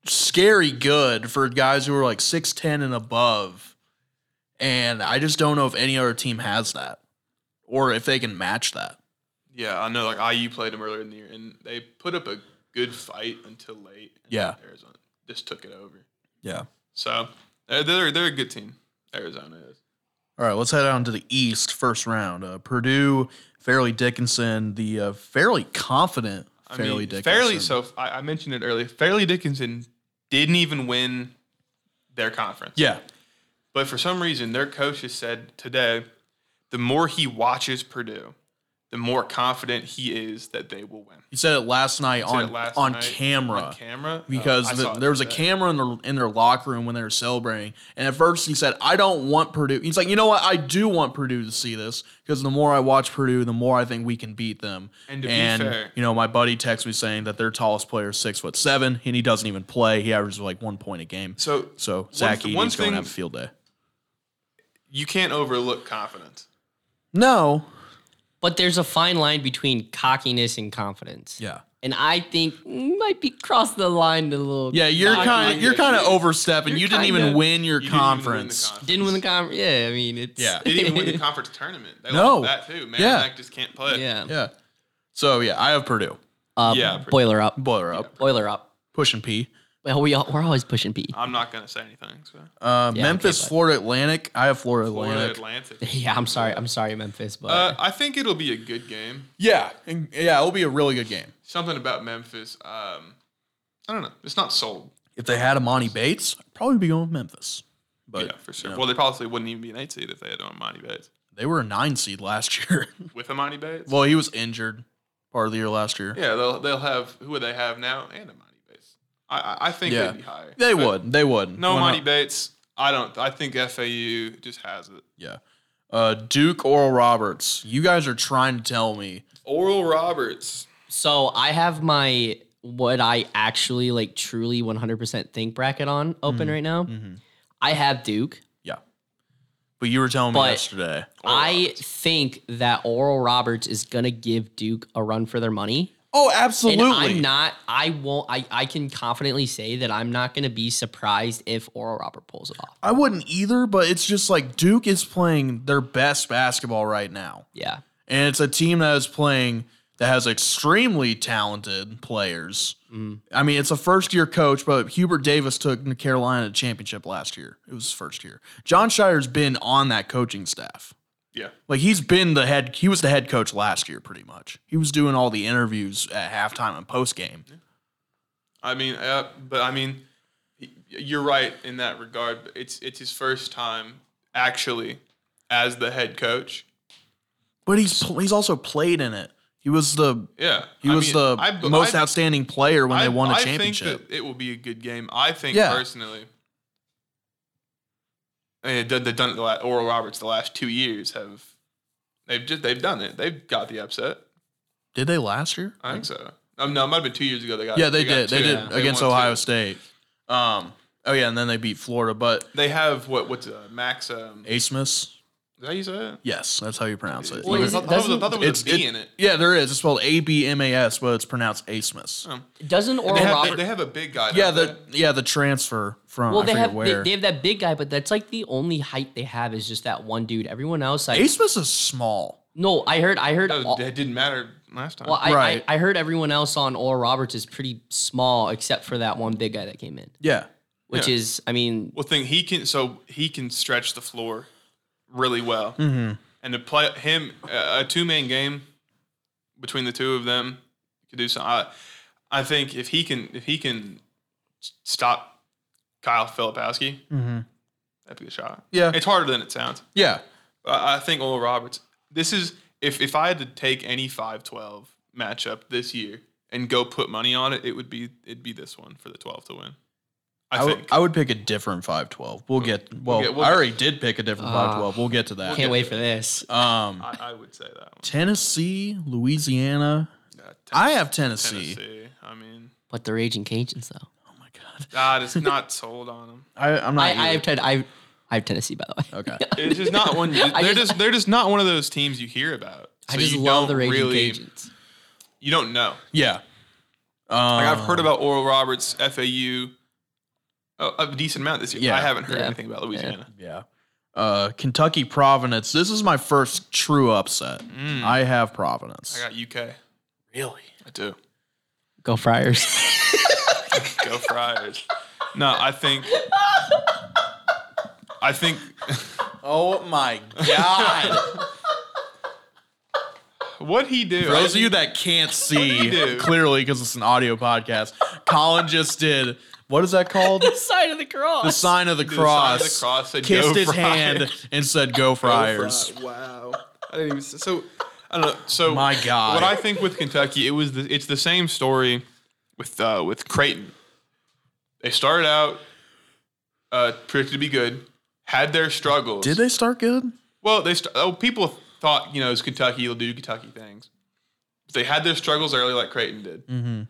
scary good for guys who are like 6'10 and above. And I just don't know if any other team has that or if they can match that.
Yeah, I know. Like IU played them earlier in the year, and they put up a good fight until late. And
Yeah.
Arizona just took it over.
Yeah.
So they're they're, they're a good team. Arizona is.
All right, let's head on to the East first round. Uh, Purdue, Fairleigh Dickinson, the uh, fairly confident
I
Fairleigh
mean,
Dickinson.
Fairleigh. So I, I mentioned it earlier. Fairleigh Dickinson didn't even win their conference.
yeah.
But for some reason, their coach has said today, the more he watches Purdue, the more confident he is that they will win.
He said it last night
Said it
on
last
on
night
camera.
On camera.
because
Uh, I
the-
saw it
there was a
today.
camera in their in their locker room when they were celebrating. And at first he said, "I don't want Purdue." He's like, "You know what? I do want Purdue to see this because the more I watch Purdue, the more I think we can beat them."
And to be fair-
you know, my buddy texted me saying that their tallest player is six foot seven, and he doesn't even play. He averages like one point a game.
So
So
one
Zach
th-
Eady's
one
going
thing-
to have a field day.
you can't overlook confidence.
No.
but there's a fine line between cockiness and confidence.
Yeah.
And I think mm, might be crossing the line a little.
Yeah, you're
Not
kind of
like
you're
it.
kind of overstepping.
You're
You didn't
kinda-
even win your
You didn't even win the
conference.
conference.
didn't win the conference. Yeah, I mean it's
Yeah.
They didn't even win the conference tournament. They
No.
lost that too. Man,
Yeah.
Mac just can't play.
yeah.
yeah. So yeah, I have Purdue.
Uh,
Yeah, pretty-
boiler up.
Boiler up.
Boiler up.
Push and pee.
Well, we all, we're always pushing P.
I'm not gonna say anything. So
Uh,
Yeah,
Memphis,
okay, but-
Florida Atlantic. I have Florida,
Florida
Atlantic.
Atlantic.
Yeah, I'm sorry. I'm sorry, Memphis, but
Uh, I think it'll be a good game.
Yeah, and, yeah, it'll be a really good game.
Something about Memphis. Um, I don't know. It's not sold.
If they had Amani Bates, I'd probably be going with Memphis. But
yeah, for sure.
you know,
Well, they probably wouldn't even be an eight seed if they had Amani Bates.
they were a nine seed last year.
With Amani Bates,
well, he was injured. part of the year last year.
Yeah, they'll they'll have who would they have now and Amani Bates. I I, I think
Yeah.
they'd be higher.
They
But
would. They would.
No
Why not?
Amani Bates. I don't. I think FAU just has it.
Yeah. Uh, Duke Oral Roberts. You guys are trying to tell me.
Oral Roberts.
So I have my what I actually like truly 100% think bracket on open right now. I have Duke.
Yeah. But you were telling me
But-
yesterday.
I think that Oral Roberts is gonna give Duke a run for their money.
Oh,
And
absolutely.
I'm not. I won't. I, I can confidently say that I'm not going to be surprised if Oral Robert pulls it off.
I wouldn't either, but it's just like Duke is playing their best basketball right now.
Yeah.
And it's a team that is playing that has extremely talented players.
Mm-hmm.
I mean, it's a first year coach, but Hubert Davis took the Carolina championship last year. It was his first year. John Shire's been on that coaching staff.
Yeah.
Like he's been the head he was the head coach last year pretty much. He was doing all the interviews at halftime and post game.
I mean, uh, but I mean, y- you're right in that regard. But it's it's his first time actually as the head coach.
But he's pl- he's also played in it. He was the
Yeah,
he
I
was
mean,
the
I b-
most
I-
outstanding player when
I-
they won a
I think
championship.
that it will be a good game. I think
Yeah.
personally. I mean, they've done it the last, Oral Roberts the last two years have they've just they've done it. They've got the upset.
Did they last year?
I think so. Um, no, it might have been two years ago. They got
yeah, they,
got
did. They
two.
did against
won two.
Ohio State. Um, oh yeah, and then they beat Florida. But
They have what? What's uh, Max? Um, is
Asmus,
that how you say it?
yes, that's how you pronounce it.
Well,
I
is
thought,
it-
I thought there was- I
doesn't-
thought there was
it's
a B in it.
Yeah, there is. It's spelled A B M A S, but it's pronounced Asmus.
Doesn't Oral
They have,
Robert?
they, have a big guy.
yeah,
don't
the yeah the transfer from
well,
I
they
forget
have they,
where.
they have that big guy, but that's like the only height they have is just that one dude. Everyone else, like
Asmus is small.
no, I heard I heard.
they?
all-
No, it didn't matter last time.
well, I,
Right.
I I heard everyone else on Oral Roberts is pretty small except for that one big guy that came in,
Yeah,
which
Yeah.
is I mean
well, thing he can so he can stretch the floor really well,
Mm-hmm.
and to play him uh, a two man game between the two of them could do some. I, I think if he can if he can s- stop Kyle Filipowski, that'd be a shot.
Yeah.
it's harder than it sounds.
yeah.
I I think Oral Roberts. This is if if I had to take any 5-12 matchup this year and go put money on it, it would be it'd be this one for the twelve to win. I,
I would-
think.
I would pick a different 5-12. We'll get well.
get-
I
we'll get-
already did pick a different 5-12. We'll get to that.
can't wait for this.
Um,
I, I would say that one.
Tennessee, Louisiana.
Uh,
I have Tennessee.
Tennessee. I mean,
But they're aging Cajuns though.
Oh my god.
God, it's not sold on them.
I, I'm not.
I, I
either.
have ten, I I have Tennessee by the way.
okay.
It's just not one. They're
I
just,
just-
they're just not one of those teams you hear about.
I
So
just
you
love the
don't
Raging
really,
Cajuns.
You don't know.
Yeah. Um,
Like I've
Uh.
heard about Oral Roberts, FAU, a, a decent amount this year.
Yeah.
I haven't heard
Yeah.
anything about Louisiana.
Yeah. Uh, Kentucky Providence. This is my first true upset. I have Providence.
I got UK.
really?
I do.
Go Friars.
Go Friars. No, I think. I think.
Oh my god!
What he do?
For those of you that can't see
do?
clearly because it's an audio podcast, Colin just did. What is that called?
Side of the cross.
The sign of the
the sign
cross.
of the cross said,
kissed
"Go
his
Friars."
hand and said, "Go Friars."
Wow. I didn't even. So I don't know. So
My God.
what I think with Kentucky, it was the, it's the same story with uh, with Creighton. They started out uh, predicted to be good, had their struggles.
Did they start good?
Well, they st- oh, people thought you know it's Kentucky, they'll do Kentucky things. But they had their struggles early, like Creighton did, mm-hmm.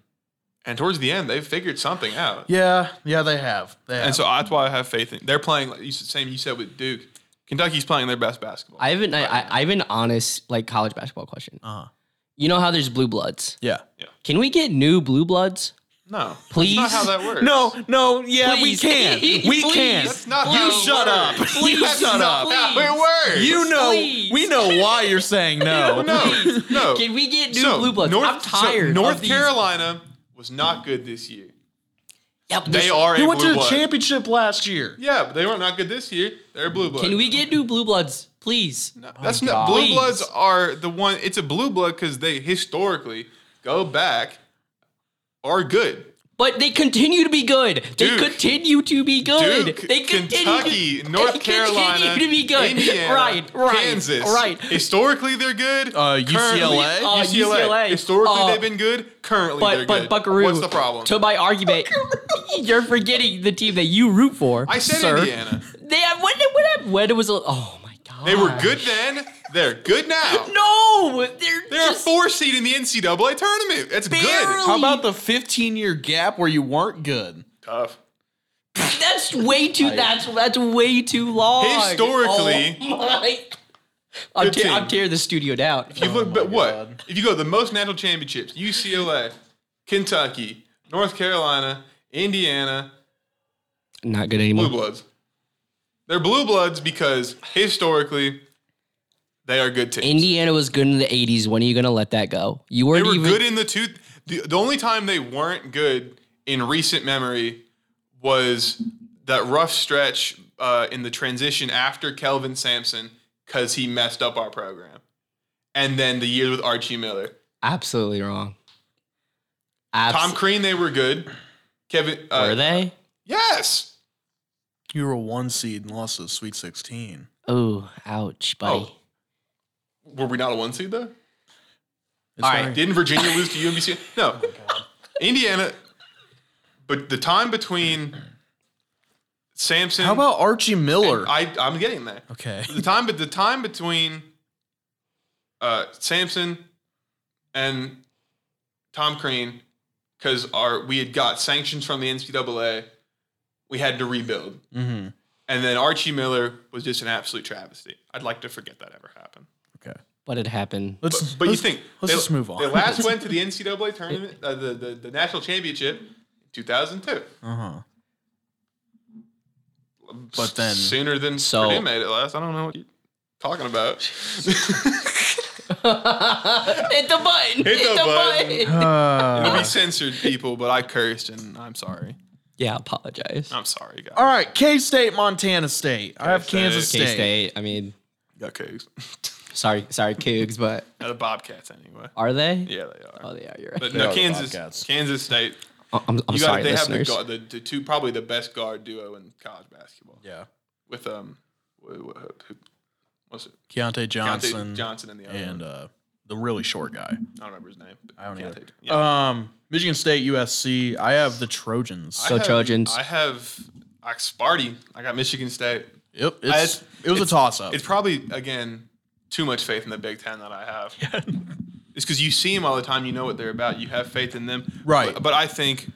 and towards the end, they figured something out.
Yeah, yeah, they have. They have.
And so that's why I have faith in. They're playing like you said, same you said with Duke. Kentucky's playing their best basketball.
I have an I, I- I have an honest like college basketball question.
Uh-huh.
You know how there's blue bloods.
yeah.
Can we get new blue bloods?
no,
Please?
that's not how that works.
No, no, yeah,
Please.
we can. We
Please.
can.
That's
not
you
how it
shut
works.
up.
Please,
you shut up.
please.
How it works.
You know,
Please.
we know why you're saying no.
no, no.
Can we get new blue bloods?
North,
I'm
so
tired.
North
of these-
Carolina was not good this year.
Yep,
They
this-
are
They
a
went
blue
to the
blood.
championship last year.
Yeah, but they weren't not good this year. They're a blue blood.
Can we Oh get new blue bloods, please?
That's not blue
Please.
bloods are the one. It's a blue blood because they historically go back are good.
But they continue to be good. They
Duke.
continue to be good.
Duke,
they continue
Kentucky,
to,
North
they
Carolina,
continue to be good.
Indiana,
right, right,
Kansas.
right.
Historically, they're good.
Uh,
Currently-
UCLA?
Uh, UCLA.
Historically,
Uh,
they've been good. Currently, they're
But but
good.
Buckaroo,
What's the problem?
To my argument, you're forgetting the team that you root for.
I said
sir.
Indiana.
They have when did- when I- when it was a- oh my god
They were good then. They're good now.
No, they're
They're a
just
four seed in the NCAA tournament. That's
Barely.
good.
How about the 15 year gap where you weren't good?
Tough.
That's way too. That's that's way too long.
Historically-
oh my. I'm,
Good
te-
team.
I'm tearing the studio down.
If you look, but what? If you go the most national championships, UCLA, Kentucky, North Carolina, Indiana,
Not good
Blue
anymore.
Bloods. They're Blue Bloods because historically, they are good teams.
Indiana was good in the '80s. When are you gonna let that go? You
they
weren't
were
even.
good in the two. The, the only time they weren't good in recent memory was that rough stretch uh, in the transition after Kelvin Sampson because he messed up our program, and then the years with Archie Miller,
absolutely wrong.
Tom
Absolutely.
Crean. They were good. Kevin, uh,
were they?
Yes.
You were a one seed and lost to the Sweet 16.
Oh, ouch, buddy.
Oh. Were we not a one seed though?
It's
All right. Didn't Virginia lose to UMBC? No. Indiana. But the time between Samson.
How about Archie Miller?
I, I'm getting there.
okay.
The time, but the time between uh, Samson and Tom Crean, because our we had got sanctions from the NCAA, we had to rebuild,
Mm-hmm.
and then Archie Miller was just an absolute travesty. I'd like to forget that ever happened.
Okay.
What had happened?
Let's,
But you
let's-
think
Let's
they,
just move on.
They last went to the NCAA tournament, uh, the, the the national championship, in 2002.
Uh huh. But then-
sooner than
So-
Purdue made it last. I don't know what you're talking about.
Uh,
Hit the button. Hit,
the button.
Uh,
we censored people, but I cursed, and I'm sorry.
Yeah, apologize.
I'm sorry, guys.
all right. K State, Montana State. I have
K-State.
Kansas State.
K State. I mean,
Got Cougs.
sorry, sorry, Cougs, but
Now the Bobcats, anyway.
are they?
Yeah, they are.
Oh, they are. You're right. Oh,
but
Uh, are
no,
the
Kansas,
Bobcats.
Kansas State.
I'm, I'm
You got
sorry,
they have the,
listeners.
guard, the, the two probably the best guard duo in college basketball.
Yeah.
With um, wh- wh- who, what's it?
Keontae
Johnson,
Johnson.
Johnson, and the other.
And
one.
uh, the really short guy.
I don't remember his name. but
I don't
can't
either.
take- yeah.
Um, Michigan State, USC. I have the Trojans.
I
so
have-
Trojans.
I have Oxparty. I got Michigan State.
yep.
I-
It's,
it's-
it was a
it's-
toss
Oh.
up.
It's probably again too much faith in the Big Ten that I have. It's because you see them all the time. You know what they're about. You have faith in them.
Right.
But, but I think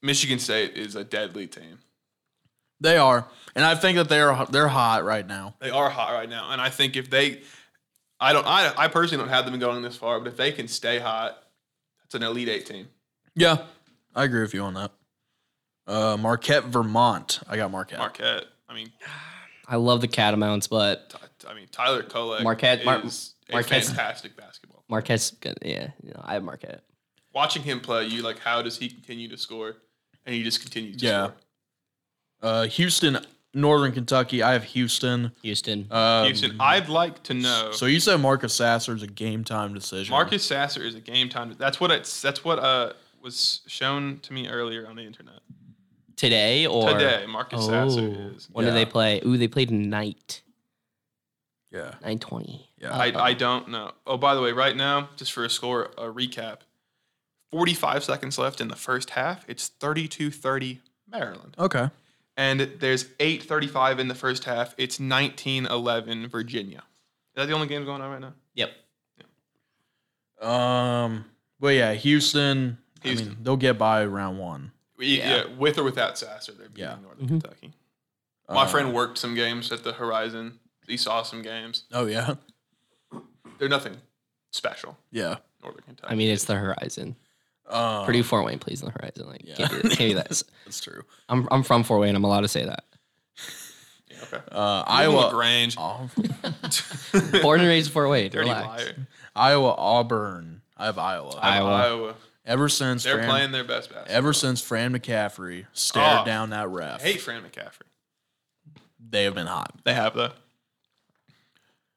Michigan State is a deadly team.
They are, and I think that they're they're hot right now.
They are hot right now, and I think if they, I don't, I, I personally don't have them going this far, but if they can stay hot, that's an elite eight team.
Yeah, I agree with you on that. Uh, Marquette, Vermont. I got Marquette.
Marquette. I mean,
I love the Catamounts, but
t- I mean Tyler Kolek.
Marquette- Mar-
is
Marquette's-
a fantastic basketball.
Marquette's good. Yeah, you know, I have Marquette.
Watching him play, you like how does he continue to score, and he just continues. To
Yeah.
score.
Uh, Houston, Northern Kentucky. I have Houston.
Houston.
Uh,
Um,
Houston, I'd like to know.
So you said Marcus Sasser's a game time decision.
Marcus Sasser is a game time. That's what it's. That's what uh was shown to me earlier on the internet
Today or Oh,
today. Marcus
Oh.
Sasser is.
When do
Yeah.
they play? Ooh, they played night.
Yeah.
Nine twenty. Uh,
Yeah.
I, I don't know. Oh, by the way, right now, just for a score, a recap. 45 seconds left in the first half. It's 32-30 Maryland.
okay.
And there's 8:35 in the first half. It's 19-11 Virginia. Is that the only game going on right now?
Yep.
Um. But yeah, Houston. I mean,
Houston.
they'll get by round one.
We- yeah.
Yeah.
with or without Sasser, they're beating
Yeah.
Northern Kentucky. My
Uh,
friend worked some games at the Horizon. He saw some games.
Oh yeah.
They're nothing special.
Yeah.
Northern Kentucky.
I mean, it's the horizon.
Uh,
Purdue Fort Wayne plays in the horizon. Like,
Yeah.
can't do that. Can't do that.
That's true.
I'm I'm from Fort Wayne. I'm allowed to say that.
Yeah, okay.
Uh,
Iowa
Iowa.
Grange.
Oh,
Born and raised in Fort Wayne.
Dirty
Relax.
liar.
Iowa Auburn. I have Iowa.
Iowa.
Iowa.
Ever since
They're
Fran-
playing their best basketball.
ever since Fran McCaffrey stared
Oh.
down that ref,
I hate Fran McCaffrey.
they have been hot.
They have though.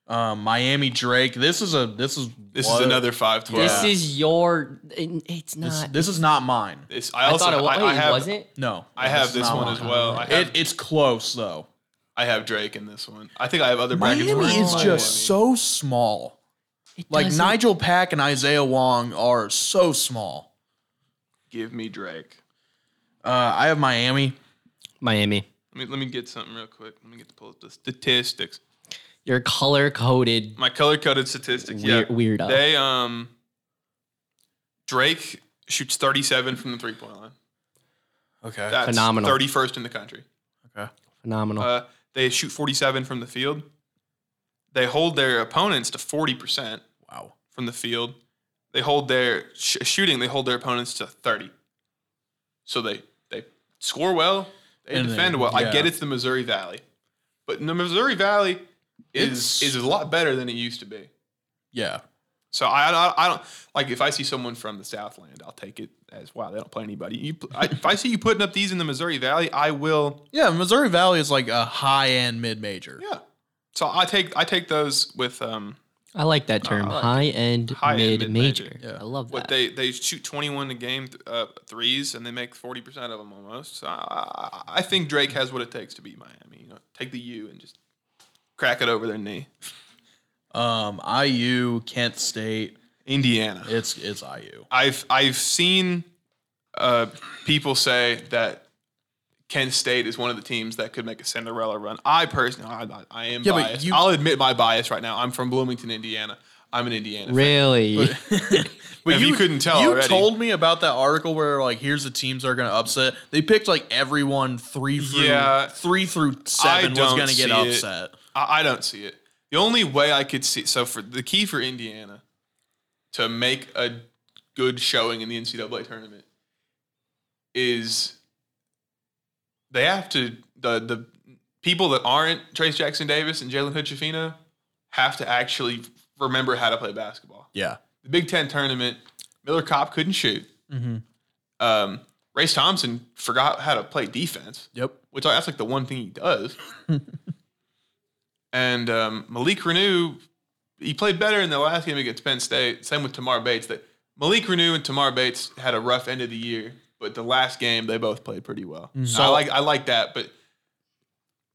Um, Miami Drake. This is a this is
This is
what-
another five twelve.
This is your. It's
this,
not.
this is not mine.
This, I
I
also
thought it was.
I, I have
wasn't.
No,
I
is
have this
not
one
mine.
as well. I have,
It, it's close though.
I have Drake in this one. I think I have other brackets.
Miami
where
is
it's
just so small. Like
doesn't-
Nigel Pack and Isaiah Wong are so small.
Give me Drake.
Uh, I have Miami.
Miami.
Let me let me get something real quick. Let me get to pull up the statistics.
Your color coded.
My color coded statistics.
Weir-
yeah,
weirdo.
They um. Drake shoots thirty seven from the three point line.
Okay.
That's
Phenomenal.
Thirty first in the country.
okay.
Phenomenal.
Uh, they shoot forty seven from the field. They hold their opponents to forty percent
Wow.
from the field. They hold their sh- shooting. They hold their opponents to thirty. So they they score well. They
And they-
defend well. I get
yeah.
it's the Missouri Valley, but the Missouri Valley is
It's-
is a lot better than it used to be.
Yeah.
So I, I, I don't like if I see someone from the Southland, I'll take it as wow. They don't play anybody. You, pl- I, if I see you putting up these in the Missouri Valley, I will.
Yeah. Missouri Valley is like a high end mid major.
Yeah. So I take I take those with um
I like that term.
I like-
high end,
high-end,
mid
mid-major.
major.
Yeah.
I love
what
that.
they they shoot twenty one a game th- uh, threes and they make forty percent of them almost. So I, I think Drake has what it takes to beat Miami. You know, take the U and just crack it over their knee.
Um, IU, Kent State.
Indiana.
It's it's IU.
I've I've seen uh, people say that Kent State is one of the teams that could make a Cinderella run. I personally, I, I- I am
Yeah, but
biased.
you-
I'll admit my bias right now. I'm from Bloomington, Indiana. I'm an Indiana. fan.
really?
But if you, couldn't tell
You
already.
told me about that article where like here's the teams that are gonna upset. They picked like everyone three through
Yeah.
three through seven was
don't
gonna
see
get
it.
upset.
I, I don't see it. The only way I could see so for the key for Indiana to make a good showing in the NCAA tournament is they have to the the people that aren't Trace Jackson Davis and Jalen Hood Shafino have to actually remember how to play basketball
Yeah.
the Big Ten tournament, Miller Cop couldn't shoot. Um, Race Thompson forgot how to play defense.
Yep.
Which I- that's like the one thing he does. and um, Malik Renew, he played better in the last game against Penn State. Same with Tamar Bates. That Malik Renew and Tamar Bates had a rough end of the year, but the last game they both played pretty well.
Mm-hmm.
So I like I like that. But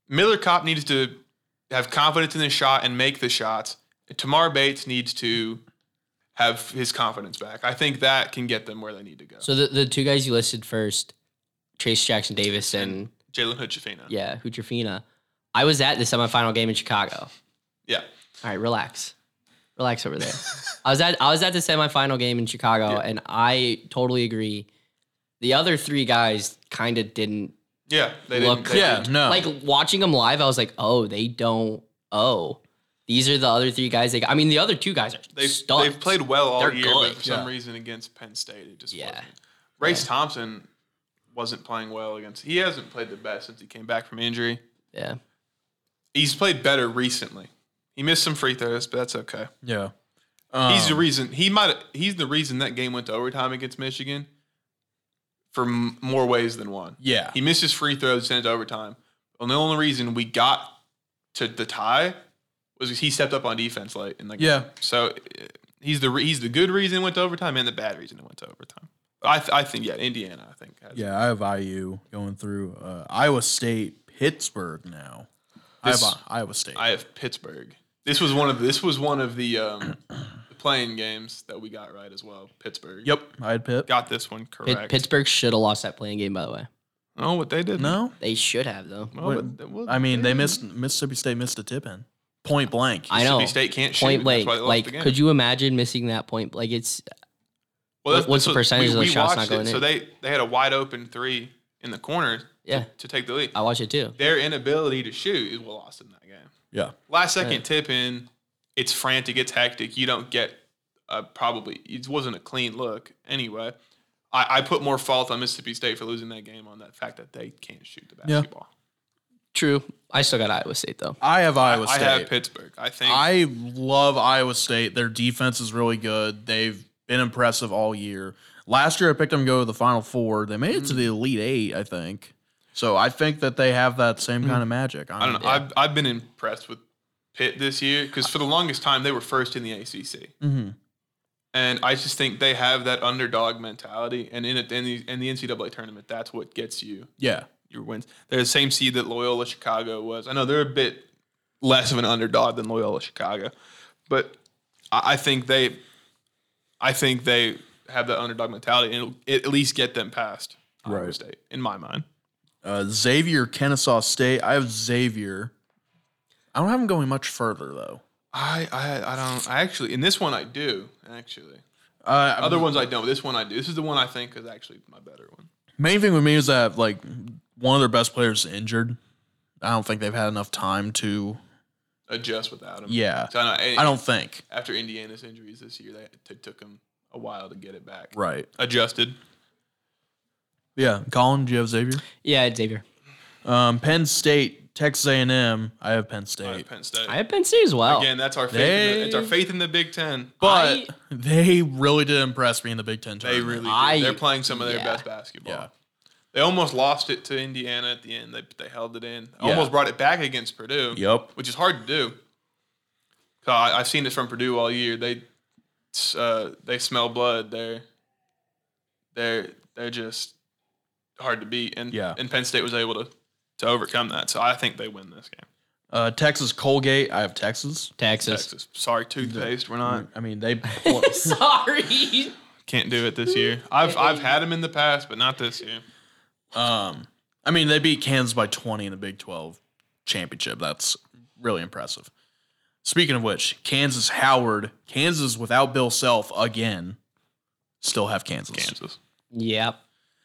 Miller Cop needs to have confidence in his shot and make the shots. Tamar Bates needs to have his confidence back. I think that can get them where they need to go.
so the, the two guys you listed first, Trace Jackson Davis and
Jalen Hood Shafino.
yeah, Huchefina. I was at the semifinal game in Chicago.
Yeah.
All right, relax. Relax over there. I was at I was at the semifinal game in Chicago and I totally agree. The other three guys kind of didn't
Yeah. They
Look-
didn't, they
Yeah,
didn't-
no.
like watching them live, I was like, oh, they don't oh. These are the other three guys they got. I mean, the other two guys are
They've,
studs.
they've played well all
They're
year,
good.
but for some
Yeah.
reason against Penn State, it just
Yeah.
wasn't. Race Thompson wasn't playing well against. He hasn't played the best since he came back from injury.
Yeah.
He's played better recently. He missed some free throws, but that's okay.
Yeah.
he's the
Um,
reason he might. He's the reason that game went to overtime against Michigan for m- more ways than one.
yeah.
He missed his free throws, sent it to overtime. And the only reason we got to the tie was 'cause he stepped up on defense late. And like,
Yeah.
So eh, he's the re- he's the good reason it went to overtime and the bad reason it went to overtime. I th- I think yeah, Indiana. I think has-
Yeah, I have IU going through uh, Iowa State, Pittsburgh now.
This-
I have I- Iowa State.
I have Pittsburgh. This was one of this was one of the um, the playing games that we got right as well. Pittsburgh.
yep, I had Pitt.
Got this one
Pitt-
correct.
Pittsburgh should have lost that playing game, by the way.
Oh, what they did?
No,
They should have though.
Well, but, th- well,
I mean they missed Mississippi State missed a tip in point blank.
I know.
Mississippi State can't shoot.
Point
That's
blank.
why they lost
Like,
the game.
could you imagine missing that point? Like, it's
Well, that's-
What's
that's
the percentage of those shots not
watched
going
it.
in?
So they they had a wide open three in the corner
yeah.
to take the lead.
I watch it too.
Their inability to shoot is what lost them that game.
Yeah,
Last second tip in, it's frantic, it's hectic. You don't get uh, probably it wasn't a clean look anyway. I, I put more fault on Mississippi State for losing that game on that fact that they can't shoot the
Yeah.
basketball.
True. I still got Iowa State though.
I have Iowa
I
State.
have Pittsburgh. I think
I love Iowa State. Their defense is really good. They've been impressive all year. Last year, I picked them to go to the Final Four. They made it to the Elite Eight, I think. So Mm. I think that they have that same kind of magic.
I don't know. I've I've been impressed with Pitt this year because for the longest time they were first in the ACC.
Mm-hmm.
And I just think they have that underdog mentality, and in, it, in the in the NCAA tournament, that's what gets you
Yeah.
your wins. They're the same seed that Loyola Chicago was. I know they're a bit less of an underdog than Loyola Chicago, but I, I think they, I think they have that underdog mentality, and it'll, it at least get them past Iowa
Right.
State in my mind.
Uh, Xavier, Kennesaw State. I have Xavier. I don't have him going much further though.
I, I I don't. I actually in this one I do actually.
Uh,
Other ones I don't. But this one I do. This is the one I think is actually my better one.
main thing with me is that like one of their best players is injured. I don't think they've had enough time to.
Adjust Uh, without him.
Yeah.
So I, know, eh,
I don't think.
After Indiana's injuries this year, they, it took him a while to get it back.
Right.
Adjusted.
Yeah. Colin, do you have Xavier?
Yeah, Xavier.
Um, Penn State, Texas A&M. I have Penn State.
All right, Penn State.
I have Penn State as
Oh.
well.
Uh, Again, that's our faith. in the, it's our faith in the Big Ten.
but
I-
they really did impress me in the Big Ten
They
tournament.
really do.
I-
they're playing some of their
yeah.
best basketball.
Yeah.
They almost lost it to Indiana at the end. They they held it in. Almost brought it back against Purdue.
Yup.
Which is hard to do. 'Cause I, I've seen this from Purdue all year. They uh, they smell blood. They're they're they're just hard to beat. And
Yeah.
and Penn State was able to to overcome that. So I think they win this game.
Uh, Texas Colgate. I have Texas.
Texas.
Texas. Sorry, toothpaste. We're not.
I mean, they
Sorry.
Can't do it
Hmm.
this year. I've I've had them in the past, but not this year.
Um, I mean, they beat Kansas by 20 in the Big 12 championship. That's really impressive. Speaking of which, Kansas Howard, Kansas without Bill Self again, still have Kansas.
Kansas.
Yep.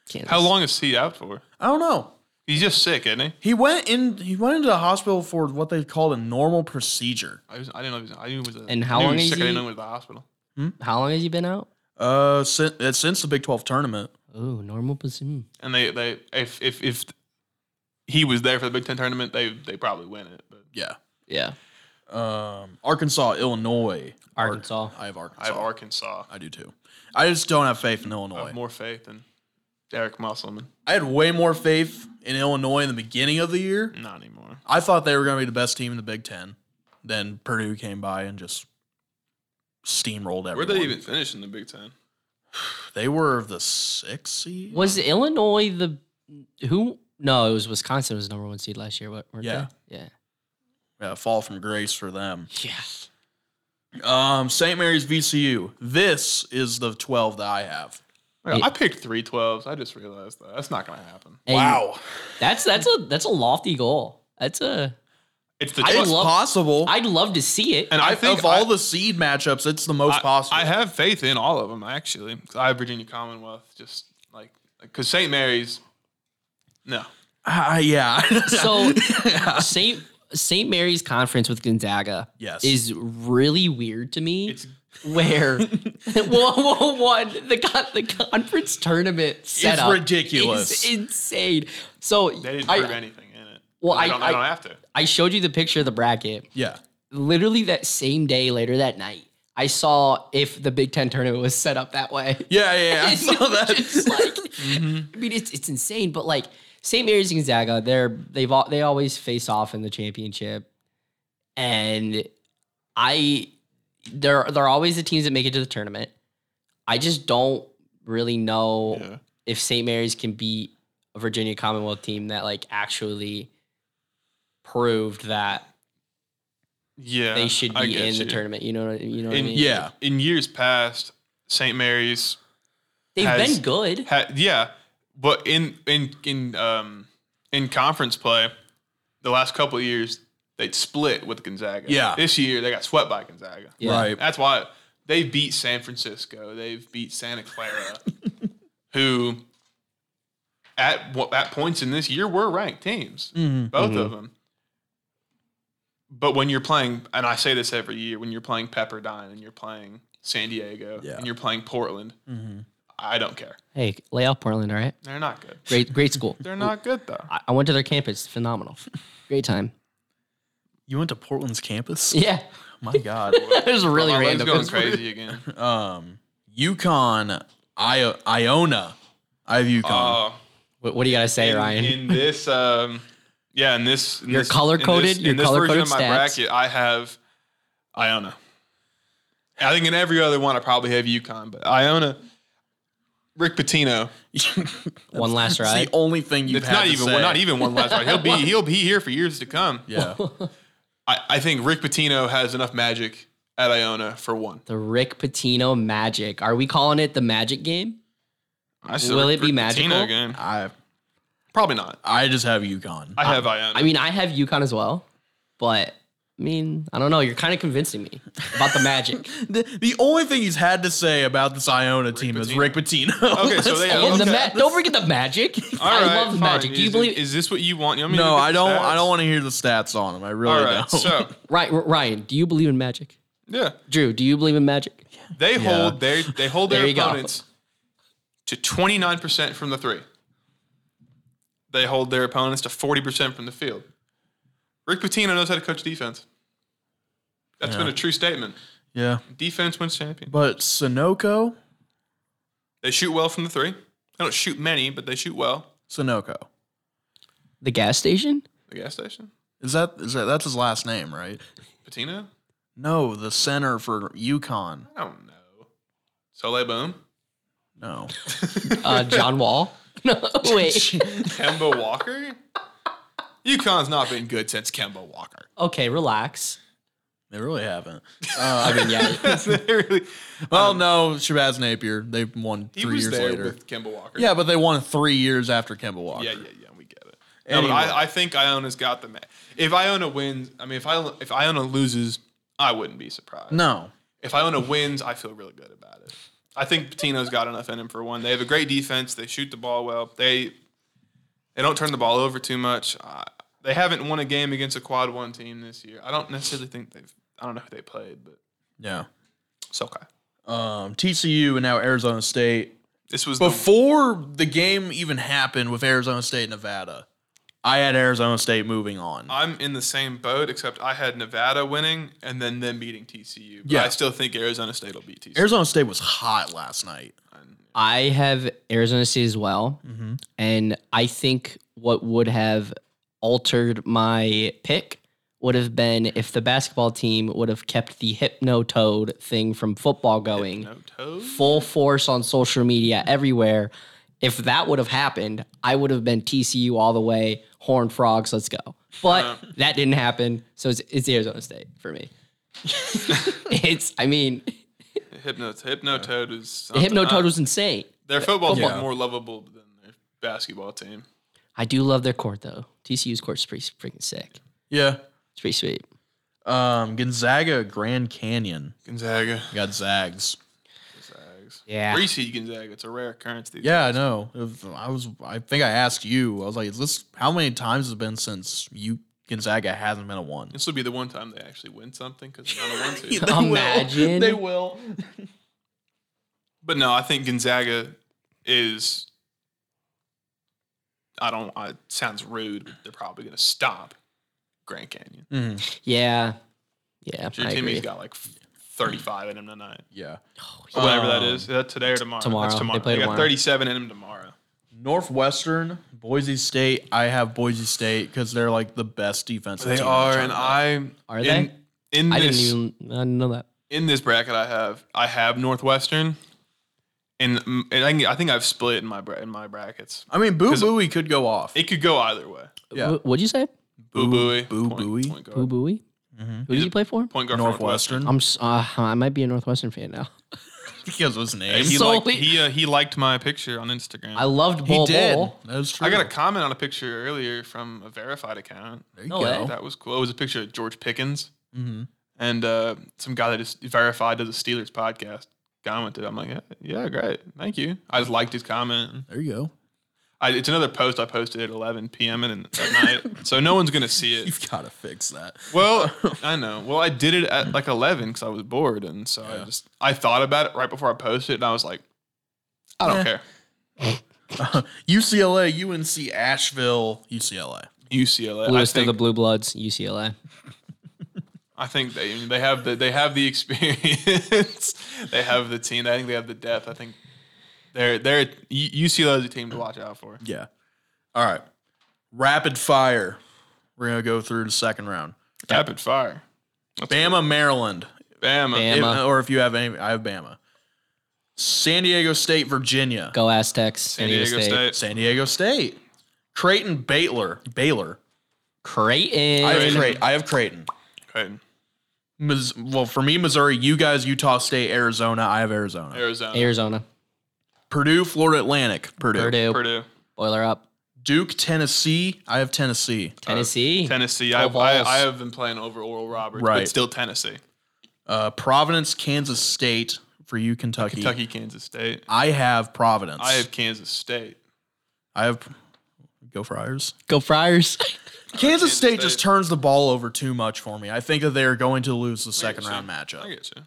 Kansas.
How long is he out for?
I don't know.
He's just sick, isn't he?
He went in. He went into the hospital for what they called a normal procedure.
I, was, I didn't know. He was, I knew he was. A,
And how
I knew
long
he was
is
sick? I
he-
didn't know he was at the hospital.
How long has he been out?
Uh, since, it's since the Big 12 tournament.
Oh, normal position.
And they, they if if if he was there for the Big Ten tournament, they they probably win it. But
Yeah.
Yeah.
Um, Arkansas, Illinois.
Arkansas.
I have Arkansas.
I have Arkansas.
I do too. I just don't have faith in
I
Illinois.
have more faith than Derek Musselman.
I had way more faith in Illinois in the beginning of the year.
Not anymore.
I thought they were going to be the best team in the Big Ten. Then Purdue came by and just steamrolled everyone.
Where'd they even finish in the Big Ten?
They were the sixth seed.
Was Illinois the who? No, it was Wisconsin was number one seed last year. What?
Yeah.
Yeah.
Yeah, fall from grace for them.
Yeah.
Um, St. Mary's VCU. This is the twelve that I have.
I picked three 12s. I just realized that that's not going to happen.
And That's that's a that's a lofty goal. That's a.
It's the
I
it's
would love-
possible.
I'd love to see it.
and I think
of all
I-
the seed matchups, it's the most
I-
possible.
I have faith in all of them actually. 'Cause I have Virginia Commonwealth just like because St. Mary's. No,
Ah, yeah.
So Saint Saint Mary's conference with Gonzaga
Yes.
is really weird to me.
it's
where whoa, whoa, one the con- the conference tournament setup
ridiculous.
is insane. So
they didn't prove
I,
anything in it.
Well,
They
I-
don't,
I-
they don't have to.
I showed you the picture of the bracket.
yeah.
Literally that same day, later that night, I saw if the Big Ten tournament was set up that way.
Yeah, yeah, yeah. I
It's
saw that.
just like,
Mm-hmm.
I mean, it's it's insane, but like St. Mary's and Gonzaga, they're they've all, they always face off in the championship, and I they're they're always the teams that make it to the tournament. I just don't really know
Yeah.
if St. Mary's can beat a Virginia Commonwealth team that like actually proved that
Yeah,
they should
I
be
get
in the
you.
tournament. You know, what I- you know what I
In-
mean?
yeah.
In years past, St. Mary's,
they've
has-
been good.
had, yeah, but in in in um in conference play, the last couple of years they'd split with Gonzaga.
Yeah.
this year they got swept by Gonzaga.
Yeah.
Right.
That's why they beat San Francisco. They've beat Santa Clara, who at what at points in this year were ranked teams,
Mm-hmm.
both
Mm-hmm.
of them. But when you're playing, and I say this every year, when you're playing Pepperdine and you're playing San Diego
Yeah.
and you're playing Portland,
Mm-hmm.
I don't care.
Hey, lay off Portland, all right?
They're not good.
Great, great school.
They're not good though.
I, I went to their campus. Phenomenal. Great time.
You went to Portland's campus?
Yeah.
My God.
It was really
Oh, My leg's
random.
going crazy again.
um, UConn, I- Iona. I have UConn.
Uh,
What, what do you got to say,
in,
Ryan?
in this, um, Yeah, and this in
You're
this- In
color-coded,
this, in
you're
this
color-coded
version of my
stats.
bracket, I have Iona. I think in every other one, I probably have UConn, but Iona, Rick Pitino.
One
It's
last ride.
the only thing you've
It's
had
not
to
even
say.
well, not even one last ride. He'll be he'll be here for years to come.
Yeah.
I, I think Rick Pitino has enough magic at Iona for one.
The Rick Patino magic. Are we calling it the magic game?
I
Will
Rick
it be
Pitino
magical?
Game.
I
Probably not.
I just have UConn.
I have Iona.
I mean, I have UConn as well, but I mean, I don't know. You're kind of convincing me about the magic.
The, the only thing he's had to say about this Iona team is
Pitino.
Rick Pitino.
Okay, so they-
and the
Okay.
ma- don't forget the magic.
All
I
right,
love the
fine.
magic. Do you
Is-
believe?
Is this what you want? You want me to
no,
look at
I
the
don't.
stats?
I don't want to hear the stats on him. I really
All right,
don't.
so
Right, R- Ryan, do you believe in magic?
yeah,
Drew, do you believe in magic?
they hold their they hold their
There you go.
opponents to twenty nine percent from the three. They hold their opponents to forty percent from the field. Rick Pitino knows how to coach defense. That's been a true statement.
yeah,
Defense wins champion.
but Sunoco,
They shoot well from the three. They don't shoot many, but they shoot well.
Sunoco.
The gas station?
The gas station.
Is that is that that's his last name, right?
Patino?
No, the center for UConn.
I don't know. Soleil Boom.
No,
Uh, John Wall? No, wait.
Kemba Walker? UConn's not been good since Kemba Walker.
Okay, relax.
they really haven't. Uh,
I mean, yeah.
They really-
Well, no, Shabazz Napier. They won
he
three
was
years
there
later.
with Kemba Walker.
yeah, but they won three years after Kemba Walker.
Yeah, yeah, yeah. We get it. No, but
Anyway.
I, I think Iona's got the ma- If Iona wins, I mean, if I if Iona loses, I wouldn't be surprised.
No,
If Iona wins, I feel really good about it. I think Patino's got enough in him for one. They have a great defense. They shoot the ball well. They they don't turn the ball over too much. Uh, they haven't won a game against a quad one team this year. I don't necessarily think they've. I don't know who they played, but
yeah.
it's okay.
Um, TCU and now Arizona State.
This was the
Before the game even happened with Arizona State and Nevada, I had Arizona State moving on.
I'm in the same boat, except I had Nevada winning and then them beating TCU. But
Yeah.
I still think Arizona State will beat TCU.
Arizona State was hot last night.
I have Arizona State as well. And I think what would have altered my pick would have been if the basketball team would have kept the hypno toad thing from football going
no toes.
full force on social media everywhere. If that would have happened, I would have been TCU all the way, Horn Frogs, let's go. But that didn't happen. So it's, it's Arizona State for me. it's, I mean,
Hypno Hypnotoad is
the
something.
hypno toad
I-
was insane.
their football team
Yeah.
more lovable than their basketball team.
I do love their court though. TCU's court's pretty freaking sick.
Yeah.
It's pretty sweet.
Um, Gonzaga, Grand Canyon
Gonzaga,
got Zags.
Zags.
Yeah.
Three seed Gonzaga. It's a rare occurrence. These
Yeah, I
days.
know. If- I was. I think I asked you. I was like, "Is this how many times has it been since you Gonzaga hasn't been a one?"
This will be the one time they actually win something because they're not a one seed.
Imagine.
They will.
But no, I think Gonzaga is. I don't. I, it sounds rude. But they're probably going to stop Grand Canyon.
Mm-hmm.
Yeah. Yeah.
Sure,
I
Timmy's
agree. Oh,
got like f- 35 in him tonight.
Yeah.
Or whatever that is. Is that today or tomorrow?
tomorrow.
That's
They
tomorrow.
play
They, got
tomorrow.
37 in him tomorrow.
Northwestern, Boise State. I have Boise State because they're like the best defensive.
They
team
are,
in
and
the
I
Are
in, in
I
this
didn't even I didn't know that.
in this bracket. I have I have Northwestern, and mm, and I, can- I think I've split in my bra- in my brackets.
I mean, Boo Booey could go off.
It could go either way.
Yeah.
Wh- What'd you say?
Boo Booey,
Boo
point-
Booey?
point guard,
Boo Booey? Who did you play for?
Mm-hmm. point guard for Northwestern.
Northwestern
I'm s- uh, I might be a Northwestern fan now.
because of his name.
And he
So
liked,
we-
he, uh, he liked my picture on Instagram.
I
I,
loved
He
Bull
did.
Bull.
That was true.
I got a comment on a picture earlier from a verified account.
There you
No
go.
way. Mm-hmm.
That was cool. It was a picture of George Pickens
Mhm.
and uh, some guy that is verified does a Steelers podcast. Commented, I'm like, "Yeah, yeah, great, thank you. I just liked his comment.
There you go.
I, it's another post I posted at 11 p.m. and at night, so no one's gonna see it.
You've got to fix that.
Well, I know. Well, I did it at like 11 because I was bored, and so I just I thought about it right before I posted, it, and I was like, I don't
Eh.
care.
UCLA, UNC, Asheville, UCLA.
UCLA. I
Bluest of
think,
the Blue Bloods, UCLA.
I think they they have the they have the experience. they have the team. I think they have the depth. I think they're they're U- UCLA is a team to watch out for.
Yeah. All right. Rapid fire. We're gonna go through the second round.
Rapid fire.
Bama, Maryland,
Bama.
Bama.
If- or if you have any, I have Bama. San Diego State, Virginia.
Go Aztecs.
San
San
Diego State.
San Diego State. Creighton, Baylor. Baylor.
Creighton.
I have Creighton. I have Creighton.
Creighton.
Mis- well, for me, Missouri. You guys, Utah State, Arizona. I have Arizona.
Arizona.
Arizona.
Purdue, Florida Atlantic. Purdue.
Purdue.
Purdue.
Boiler up.
Duke, Tennessee. I have Tennessee.
Tennessee.
Uh, Tennessee. I,
Twelve balls.
I, I have been playing over Oral Roberts,
Right.
but still Tennessee.
Uh, Providence, Kansas State. For you, Kentucky.
Kentucky, Kansas State.
I have Providence.
I have Kansas State.
I have. Go Friars.
Go Friars.
Kansas State,
State.
just turns the ball over too much for me. I think that they are going to lose the second round
I
matchup.
get you.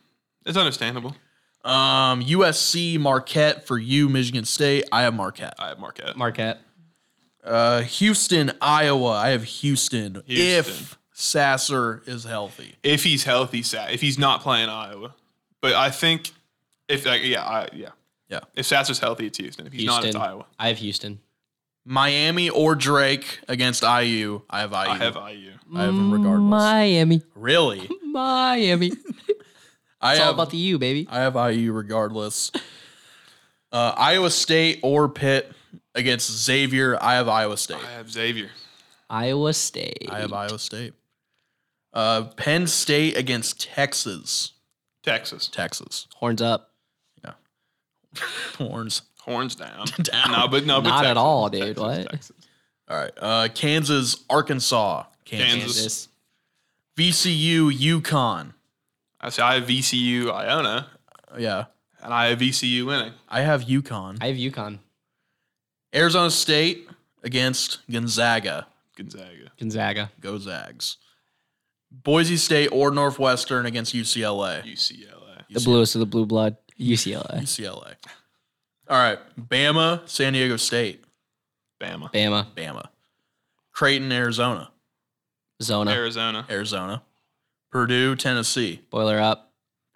It's understandable.
Um, USC Marquette for you, Michigan State. I have Marquette.
I have Marquette.
Marquette.
Uh, Houston, Iowa. I have Houston. If
Houston.
Sasser is healthy,
if he's healthy, Sat. If he's not playing Iowa, but I think if like yeah, I, yeah,
yeah.
if Sasser's healthy, it's Houston. If he's
Houston.
not, it's Iowa.
I have Houston.
Miami or Drake against IU. I have IU.
I have IU.
I have them regardless.
Miami.
really,
Miami. It's
I
all
have.
about the U, baby.
I have IU regardless. Uh, Iowa State or Pitt against Xavier. I have Iowa State.
I have Xavier.
Iowa State.
I have Iowa State. Uh, Penn State against Texas.
Texas.
Texas.
Horns up.
Horns.
Horns down.
Down.
No, but no, but
Not at
Texas.
all, dude.
Texas,
What?
Texas.
All right. Uh, Kansas, Arkansas.
Kansas.
Kansas.
VCU, Yukon.
I say I have VCU, Iona,
Yeah.
and I have VCU winning.
I have Yukon.
I have UConn.
Arizona State against Gonzaga.
Gonzaga.
Gonzaga.
Go Zags. Boise State or Northwestern against UCLA.
UCLA.
The bluest of the blue blood. UCLA.
UCLA. All right. Bama, San Diego State.
Bama.
Bama.
Bama. Creighton, Arizona.
Zona.
Arizona.
Arizona. Purdue, Tennessee.
Boiler up.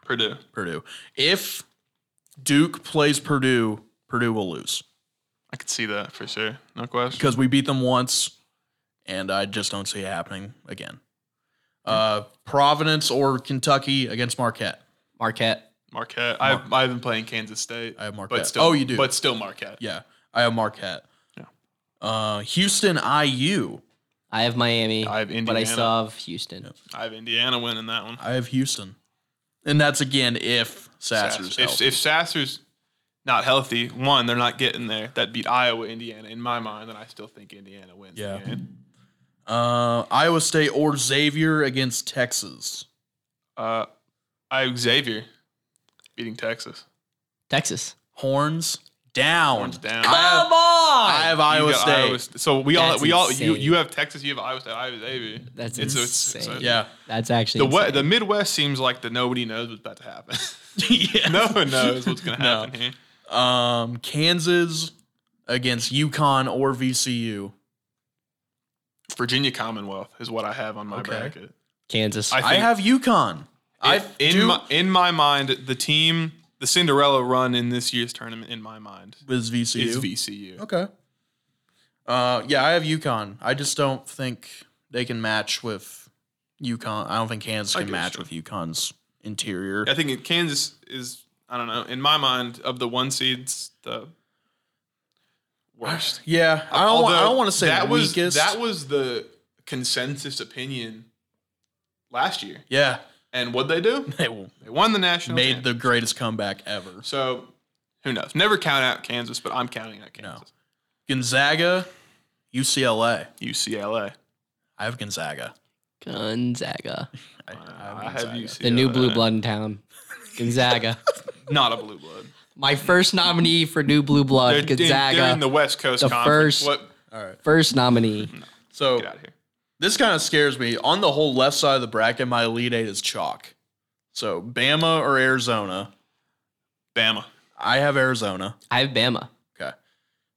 Purdue.
Purdue. If Duke plays Purdue, Purdue will lose
I could see that for sure. No question.
because we beat them once, and I just don't see it happening again. Uh, Providence or Kentucky against Marquette.
Marquette.
Marquette. I've, I've been playing Kansas State.
I have Marquette.
But still,
Oh, you do.
But still Marquette.
Yeah, I have Marquette.
Yeah.
Uh, Houston, IU.
I have Miami.
I have
But I
Indiana.
still have Houston.
I have Indiana winning that one.
I have Houston, and that's again if Sasser's
Sasser. If,
healthy.
if Sasser's not healthy, one, they're not getting there. That beat Iowa, Indiana. In my mind, and I still think Indiana wins.
Yeah.
the game.
uh, Iowa State or Xavier against Texas.
Uh, I have Xavier beating Texas.
Texas.
Horns down.
Horns down.
I have, I
on.
have Oh, Iowa
You got
State.
so we all
That's
we all you,
insane.
you have Texas, you have Iowa State, I have Xavier.
That's
It's- it's-
insane.
it's-
Yeah.
That's actually
The we,
insane.
the Midwest seems like the nobody knows what's about to happen.
yeah.
no one knows what's gonna happen here.
Um, Kansas against Yukon or VCU.
Virginia Commonwealth is what I have on my
Okay.
bracket.
Kansas.
I
I
think-
have Yukon. I
If- in
do
my, in my mind, the team, the Cinderella run in this year's tournament, in my mind,
is VCU.
is VCU.
okay. Uh, yeah, I have Yukon. I just don't think they can match with Yukon. I don't think Kansas
I
can
guess
match
so.
with Yukon's interior.
I think it- Kansas is, I don't know, in my mind, of the one seeds, the worst.
Yeah, I don't. wa- I
Although
don't want to say
that was
weakest.
that was the consensus opinion last year.
yeah,
And what they do,
they w-
they won the national.
made
champ.
the greatest comeback ever.
so who knows? Never count out Kansas, but I'm counting out
No.
Kansas.
Gonzaga, UCLA.
UCLA.
I have Gonzaga.
Gonzaga.
I,
Uh, I have UCLA.
The new blue blood in town. Gonzaga.
Not a blue blood.
My first nominee for new blue blood.
They're- they're-
Uh, Gonzaga.
They're in the West Coast
The
Conference.
first-
What?
first nominee.
So
Get out of here.
This kind of scares me. On the whole left side of the bracket, my elite eight is chalk. So Bama or Arizona.
Bama,
I have Arizona.
I have Bama.
Okay.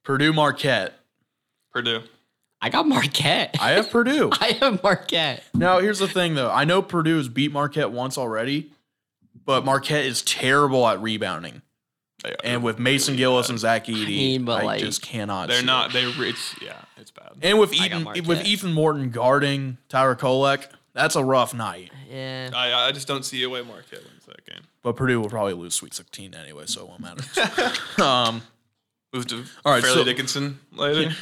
Purdue Marquette.
Purdue.
I got Marquette.
I have Purdue.
I have Marquette.
Now here's the thing though. I know Purdue has beat Marquette once already, but Marquette is terrible at rebounding.
They are.
and with Mason Gillis and Zach Eady, I,
mean, but, like,
just cannot.
they're
see it.
not. They. re- It's yeah. It's bad.
And with
got
Ethan,
Marquette.
with Ethan Morton guarding Tyra Kolek, that's a rough night.
Yeah.
I, I just don't see a way Marquette wins that game.
But Purdue will probably lose Sweet 16 anyway, so it won't matter.
Move to
All right,
Fairleigh
so-
Dickinson later.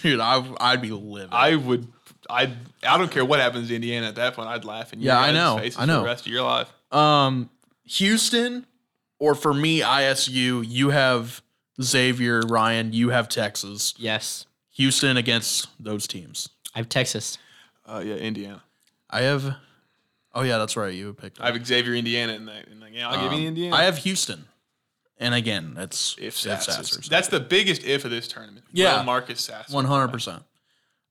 Dude, I, I'd be livid.
I would. I I don't care what happens to Indiana at that point. I'd laugh in your
Yeah, I
guys'
know,
faces
I know.
For the rest of your life.
um, Houston, or for me, ISU, you have Xavier, Ryan, you have Texas.
Yes.
Houston against those teams.
I have Texas.
Uh, yeah, Indiana.
I have. Oh, yeah, that's right. You picked.
I have Xavier, Indiana, in that. In that game. I'll give
Um,
you Indiana.
I have Houston. And again, that's
if
that's
Sassers. That's the biggest if of this tournament.
Yeah.
Will Marcus Sasser.
One hundred percent.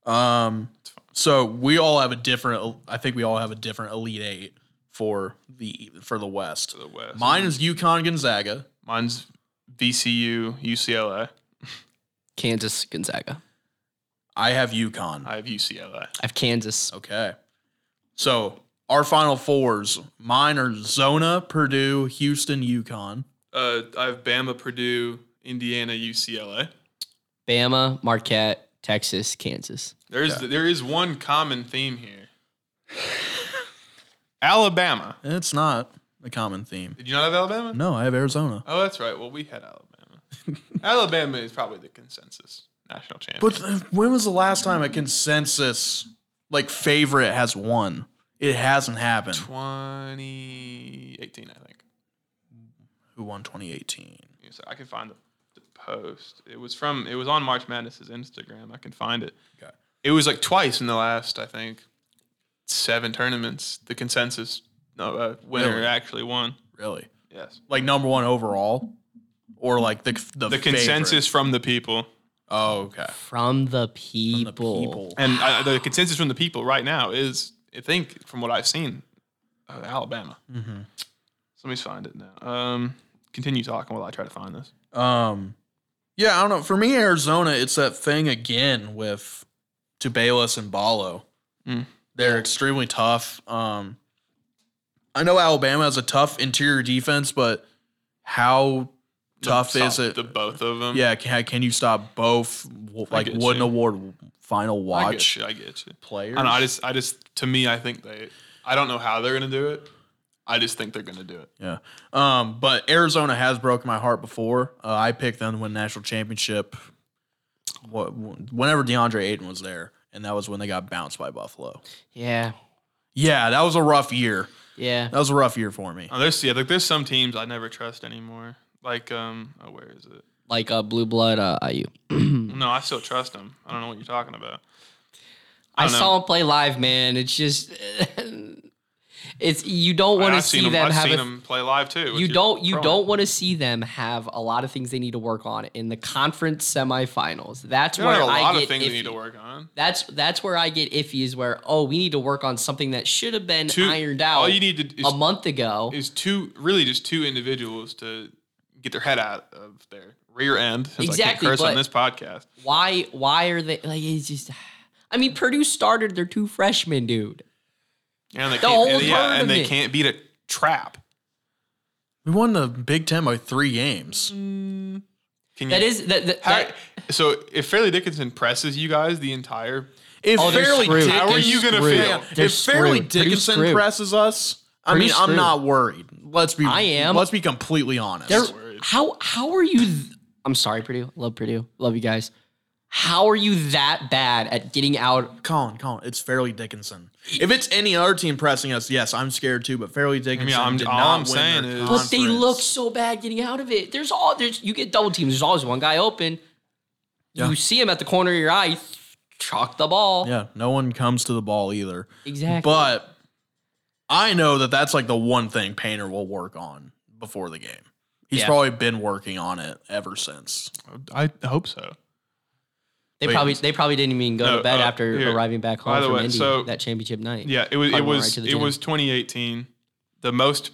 Um, so we all have a different. I think we all have a different elite eight for the for the West.
the West.
Mine is UConn Gonzaga.
Mine's VCU, UCLA.
Kansas, Gonzaga.
I have UConn.
I have UCLA.
I have Kansas.
okay. So our final fours. Mine are Zona, Purdue, Houston, UConn.
Uh, I have Bama, Purdue, Indiana, UCLA.
Bama, Marquette, Texas, Kansas.
There's there is one common theme here. Alabama.
It's not a common theme.
Did you not have Alabama?
No, I have Arizona.
Oh, that's right. Well, we had Alabama. Alabama is probably the consensus national champion.
But uh, when was the last time a consensus like favorite has won? It hasn't happened.
2018, I think.
Who won 2018?
Yeah, So I can find the, the post. It was from. It was on March Madness's Instagram. I can find it.
Okay.
It was like twice in the last, I think, seven tournaments. The consensus no, uh, winner
Really?
actually won.
Really?
Yes.
Like number one overall, or like the the,
The
favorite?
consensus from the people,
Oh, okay.
From the people.
The people.
and uh, the consensus from the people right now is, I think, from what I've seen, uh, Alabama. Mm-hmm. So let me find it now. Um, continue talking while I try to find this.
Um, yeah, I don't know. For me, Arizona, it's that thing again with Tubalis and Balo.
Mm.
They're extremely tough. Um, I know Alabama has a tough interior defense, but how tough
Stop
is it?
The both of them.
yeah, can, can you stop both like
get
Wooden
you.
Award final
I
watch
get you. I get you.
players?
I don't know. I just, I just, to me, I think they. I don't know how they're gonna do it. I just think they're gonna do it.
Yeah. Um, but Arizona has broken my heart before. Uh, I picked them to win national championship. What, whenever DeAndre Ayton was there, and that was when they got bounced by Buffalo.
Yeah.
Yeah, that was a rough year.
Yeah.
That was a rough year for me.
Oh, there's yeah, like there's some teams I never trust anymore. Like um, oh, where is it?
Like uh, Blue Blood, uh, IU.
Hmm.
No, I still trust them. I don't know what you're talking about.
I,
don't know.
saw him play live, man. It's just. It's you don't want to
I've
see
seen 'em-
them
I've
have
seen
a
them play live too. with
you
your
don't you
pro.
don't want to see them have a lot of things they need to work on in the conference semifinals. That's
They
where
don't have a lot
I get
of things
iffy.
they need to work on.
That's that's where I get iffy is where oh we need to work on something that should have been
Two-
ironed out
All you need to is,
a month ago.
is two really just two individuals to get their head out of their rear end. since I can't
Exactly,
curse
but-
on this podcast.
why why are they like it's just I mean Purdue started their two freshmen, dude.
And they
The
can't,
whole
and, yeah, and they
tournament.
can't beat a trap.
We won the Big Ten by three games.
Can
That
you-
is that, that,
How,
that-
so if Fairleigh Dickinson presses you guys the entire,
If
Oh, they're
Fairleigh
screwed.
how are
They're
you going to
screwed.
feel?
They're
if Fairleigh
screwed. Pretty
Dickinson
screwed.
presses us, I
Pretty
mean, I'm
screwed.
not worried. Let's be.
I am.
Let's be completely honest.
they're- how how are you th- I'm sorry Purdue. Love Purdue. Love you guys. How are you that bad at getting out
Colin, Colin, it's Fairleigh Dickinson. If it's any other team pressing us, yes, I'm scared too. But Fairleigh Dickinson
I'm-
did
all
not
I'm
win
saying
their
is-
But they
conference.
look so bad getting out of it. There's all there's you get double teams. There's always one guy open.
Yeah.
You see him at the corner of your eye, chalk the ball.
Yeah, no one comes to the ball either.
Exactly.
But I know that that's like the one thing Painter will work on before the game. He's
Yeah.
probably been working on it ever since.
I hope so.
they
wait.
probably they probably didn't even go
No,
to bed
uh,
after
here.
arriving back
By
home
the
from
way,
Indy
so-
that championship night.
Yeah, it was it
Probably went right
was
to the
it
gym.
was 2018. The most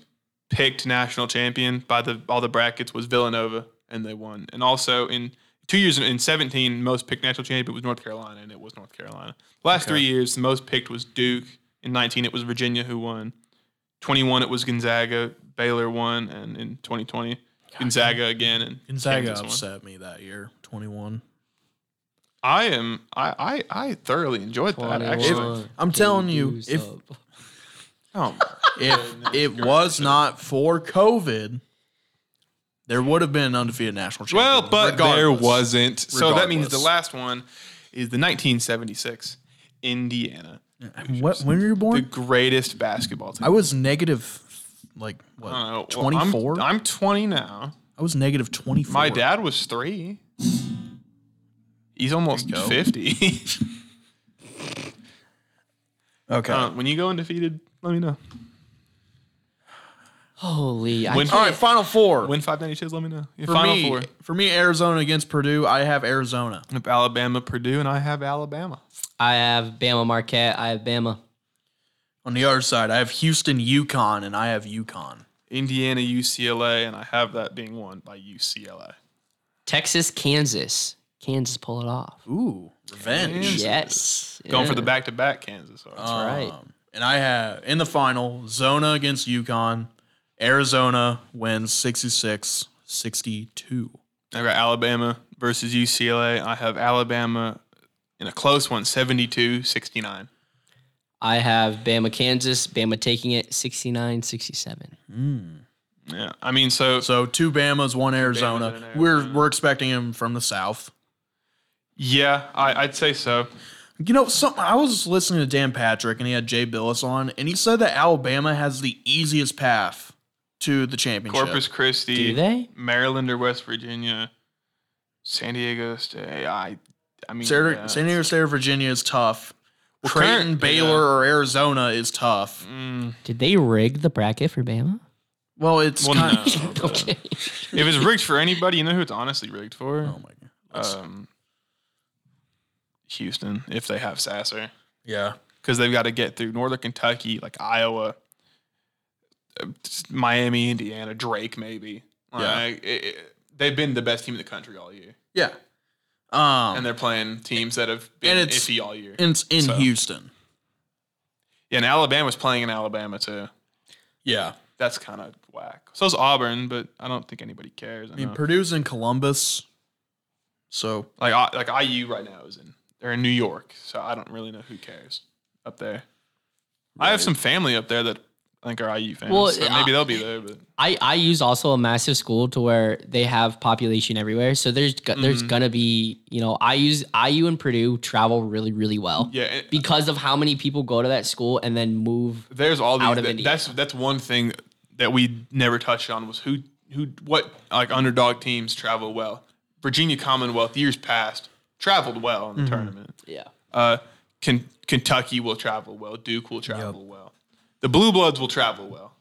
picked national champion by the all the brackets was Villanova, and they won. And also in two years in- in 17, most picked national champion was North Carolina, and it was North Carolina. The last three years, the most picked was Duke. In 19, it was Virginia who won. 21, it was Gonzaga. Baylor won, and in 2020, Gonzaga again and
Gonzaga
Kansas won.
upset me that year, 21.
I am. I I, I thoroughly enjoyed that. Actually,
I'm telling you, if
oh,
if it was not for COVID, there would have been an undefeated national champion.
well, but there
regardless.
wasn't. So that means the
Regardless.
last one is the 1976 Indiana,
What, when were you
the
born?
greatest basketball team.
I was negative, like
I don't know.
what?
Well, I'm-
Twenty four.
I'm 20 now.
I was negative twenty four.
My dad was three. He's almost
go.
50.
Okay.
Uh, when you go undefeated, let me know.
holy, I
When-
can't-
All right. Final four.
Win 596, let me know. Your
for
Final
me,
four.
for me, Arizona against Purdue. I have Arizona.
Alabama, Purdue, and I have Alabama.
I have Bama Marquette. I have Bama.
On the other side, I have Houston, Yukon, and I have Yukon.
Indiana, UCLA, and I have that being won by UCLA.
Texas, Kansas. Kansas pull it off.
Ooh, revenge. Um,
Yes.
Going for
Yeah.
the back to back Kansas. so it's-
All right.
And I have in the final Zona against Yukon. Arizona wins 66 62.
I got Alabama versus UCLA. I have Alabama in a close one, 72 69.
I have Bama, Kansas. Bama taking it 69 67.
Yeah. I mean, so,
So two Bama's, one Arizona.
Bamas and an
We're
Arizona.
we're expecting him from the South.
yeah, I, I'd say so.
You know, some, I was listening to Dan Patrick and he had Jay Billis on, and he said that Alabama has the easiest path to the championship.
Corpus Christi.
Do they?
Maryland or West Virginia, San Diego State. I, I mean,
Sarah,
yeah.
San Diego State, or Virginia is tough.
Well,
Creighton,
current-
Baylor, or Arizona is tough.
Mm,
Did they rig the bracket for Bama?
Well, it's
well,
kind
no.
Okay.
if it's rigged for anybody, you know who it's honestly rigged for?
Oh my god.
um, Houston, if they have Sasser,
Yeah.
because they've got to get through Northern Kentucky, like Iowa, uh, Miami, Indiana, Drake, maybe.
Yeah.
Like, it- it- they've been the best team in the country all year,
Yeah. Um,
and
and,
they're playing teams that have been
And it's-
iffy all year.
it's in
So.
Houston.
Yeah, and Alabama's playing in Alabama too.
Yeah.
That's kind of whack. So's Auburn, but I don't think anybody cares. I
I mean,
know.
Purdue's in Columbus. So,
like I- like IU right now is in they're in New York, so I don't really know who cares up there. I have some family up there that I think are IU fans,
Well,
so
I-
maybe they'll be there. But
I, I use also a massive school to where they have population everywhere. So there's go- there's
Mm-hmm.
gonna be you know I use IU and Purdue travel really really well.
yeah, and
Because of how many people go to that school and then move.
there's all these.
Out of
that-
Indiana.
that's that's one thing that we never touched on was who who what like underdog teams travel well. Virginia Commonwealth years past traveled well in
Mm-hmm.
the tournament.
Yeah.
Uh, Ken, Kentucky will travel well. Duke will travel well. The Blue Bloods will travel well.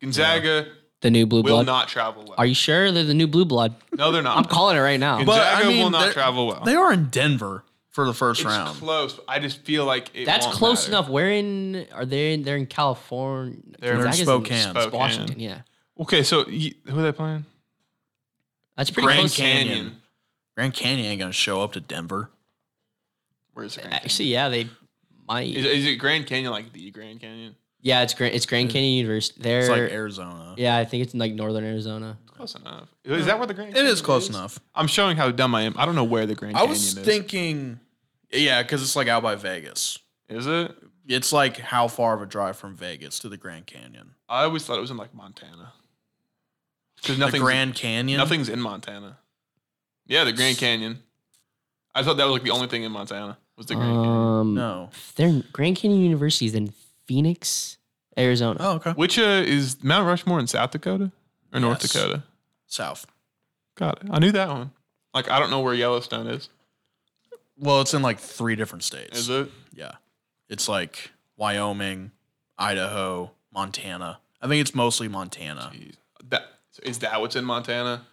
Gonzaga
The new blue
will
blood.
not travel well.
Are you sure they're the new blue blood?
no, they're not.
I'm calling it right now.
But-
I
Gonzaga will
mean,
not
they're-
travel well.
They are in Denver for the first
it's
round.
close. but I just feel like it
That's
won't
close
matter.
enough. Where in are they? In, they're in California.
They're in
Gonzaga's
Spokane.
S-
Spokane.
Washington. Yeah,
Okay, so y- who are they playing?
that's pretty
Grand
close.
Canyon.
Grand Canyon ain't going to show up to Denver.
Where's it?
Actually, yeah, they might.
Is, is it Grand Canyon like the Grand Canyon?
yeah, it's Grand. It's Grand Canyon University. They're.
It's like Arizona.
yeah, I think it's in like northern Arizona.
Close enough. Is that where the Grand?
It
Canyon
is close enough.
I'm showing how dumb I am. I don't know where the Grand
I
Canyon
was
is.
thinking, yeah, because it's like out by Vegas.
is it?
It's like how far of a drive from Vegas to the Grand Canyon?
I always thought it was in like Montana. Because
the
nothing's
Grand Canyon.
nothing's in Montana. Yeah, the Grand Canyon. I thought that was like the only thing in Montana was the Grand Canyon.
Um,
No.
they're Grand Canyon University is in Phoenix, Arizona.
Oh, okay.
Which uh, is Mount Rushmore in South Dakota or North
Yes.
Dakota?
South.
Got it. I knew that one. Like I don't know where Yellowstone is.
Well, it's in like three different states.
Is it?
Yeah. It's like Wyoming, Idaho, Montana. I think it's mostly Montana,
That is that what's in Montana?